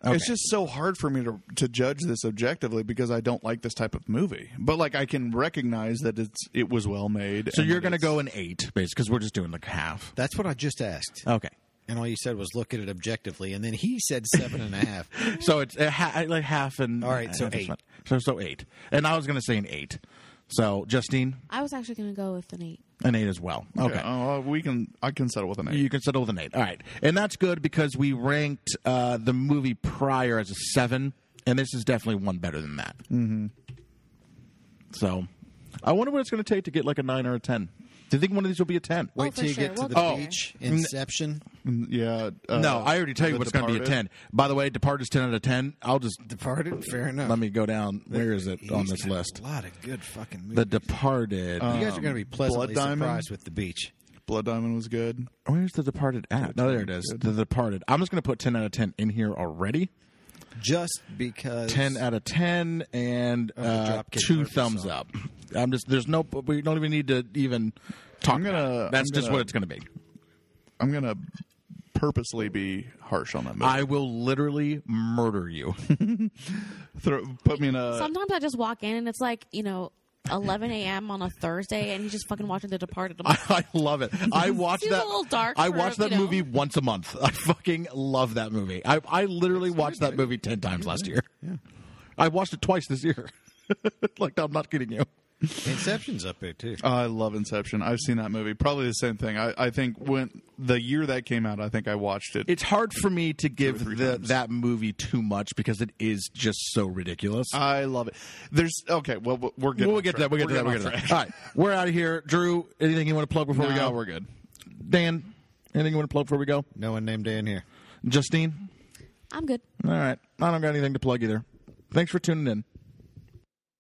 Speaker 2: It's just so hard for me to to judge this objectively because I don't like this type of movie. But like I can recognize that it's it was well made.
Speaker 1: So
Speaker 2: and
Speaker 1: you're
Speaker 2: that
Speaker 1: going to
Speaker 2: it's-
Speaker 1: go an eight, basically, because we're just doing like half.
Speaker 4: That's what I just asked,
Speaker 1: Okay.
Speaker 4: and all you said was look at it objectively, and then he said seven and a half.
Speaker 1: So it's a ha- like half and
Speaker 4: All right, so eight.
Speaker 1: So so eight, and I was going to say an eight. So Justine,
Speaker 3: I was actually going to go with an eight.
Speaker 1: an eight as well. Okay.
Speaker 2: Yeah, uh, we can I can settle with an eight.
Speaker 1: You can settle with an eight. All right. And that's good because we ranked uh, the movie prior as a seven, and this is definitely one better than that. Mm-hmm. So I wonder what it's going to take to get like a nine or a 10. Do you think one of these will be a 10?
Speaker 3: Well,
Speaker 4: Wait
Speaker 3: for
Speaker 4: till you
Speaker 3: sure.
Speaker 4: get to
Speaker 3: We'll
Speaker 4: the
Speaker 3: get there.
Speaker 4: beach, Inception.
Speaker 2: yeah. uh,
Speaker 1: no, I already tell you
Speaker 2: The
Speaker 1: what's going to be a
Speaker 2: Departed.
Speaker 1: 10. By the way, Departed's 10 out of 10. I'll just
Speaker 4: Departed, fair enough.
Speaker 1: let me go down. Where is it on
Speaker 4: He's
Speaker 1: this
Speaker 4: got
Speaker 1: list?
Speaker 4: A lot of good fucking movies.
Speaker 1: The Departed.
Speaker 4: you guys are going to be pleasantly
Speaker 2: Um, Blood Diamond?
Speaker 4: surprised with the beach.
Speaker 2: Blood Diamond was good.
Speaker 1: Where's the Departed at? No, there it is. The Departed. I'm just going to put 10 out of 10 in here already.
Speaker 4: Just because
Speaker 1: 10 out of 10 and
Speaker 4: the
Speaker 1: uh,
Speaker 4: Dropkick
Speaker 1: two
Speaker 4: Murphys
Speaker 1: thumbs
Speaker 4: song.
Speaker 1: up i'm just there's no we don't even need to even talk
Speaker 2: I'm gonna-
Speaker 1: about it. that's
Speaker 2: I'm
Speaker 1: just
Speaker 2: gonna-
Speaker 1: what it's gonna be
Speaker 2: I'm gonna purposely be harsh on that movie.
Speaker 1: i will literally murder you
Speaker 2: Throw, put me in a
Speaker 3: Sometimes I just walk in and it's like, you know, 11 a.m. on a Thursday and he's just fucking watching The Departed. I'm
Speaker 1: i,
Speaker 3: like,
Speaker 1: love it i watch
Speaker 3: Seems a
Speaker 1: that
Speaker 3: little dark
Speaker 1: i
Speaker 3: for,
Speaker 1: watch that
Speaker 3: you know.
Speaker 1: movie once a month i fucking love that movie i, I literally watched that movie 10 times last year i watched it twice this year like i'm not kidding you
Speaker 4: Inception's up there too.
Speaker 2: oh, I love Inception. I've seen that movie. Probably the same thing. I, I think when the year that came out, I think I watched it.
Speaker 1: it's hard for me to give
Speaker 2: three
Speaker 1: the,
Speaker 2: times.
Speaker 1: that movie too much because it is just so ridiculous
Speaker 2: I love it. There's okay. Well, we're good.
Speaker 1: we'll get to that. We'll get to that. We'll get to that. All right, we're out of here. Drew, anything you want to plug before we
Speaker 2: Here we
Speaker 1: go?
Speaker 2: go. We're good.
Speaker 1: Dan, anything you want to plug before we go?
Speaker 4: No one named Dan here.
Speaker 1: Justine,
Speaker 3: I'm good.
Speaker 1: all right. I don't got anything to plug either. Thanks for tuning in.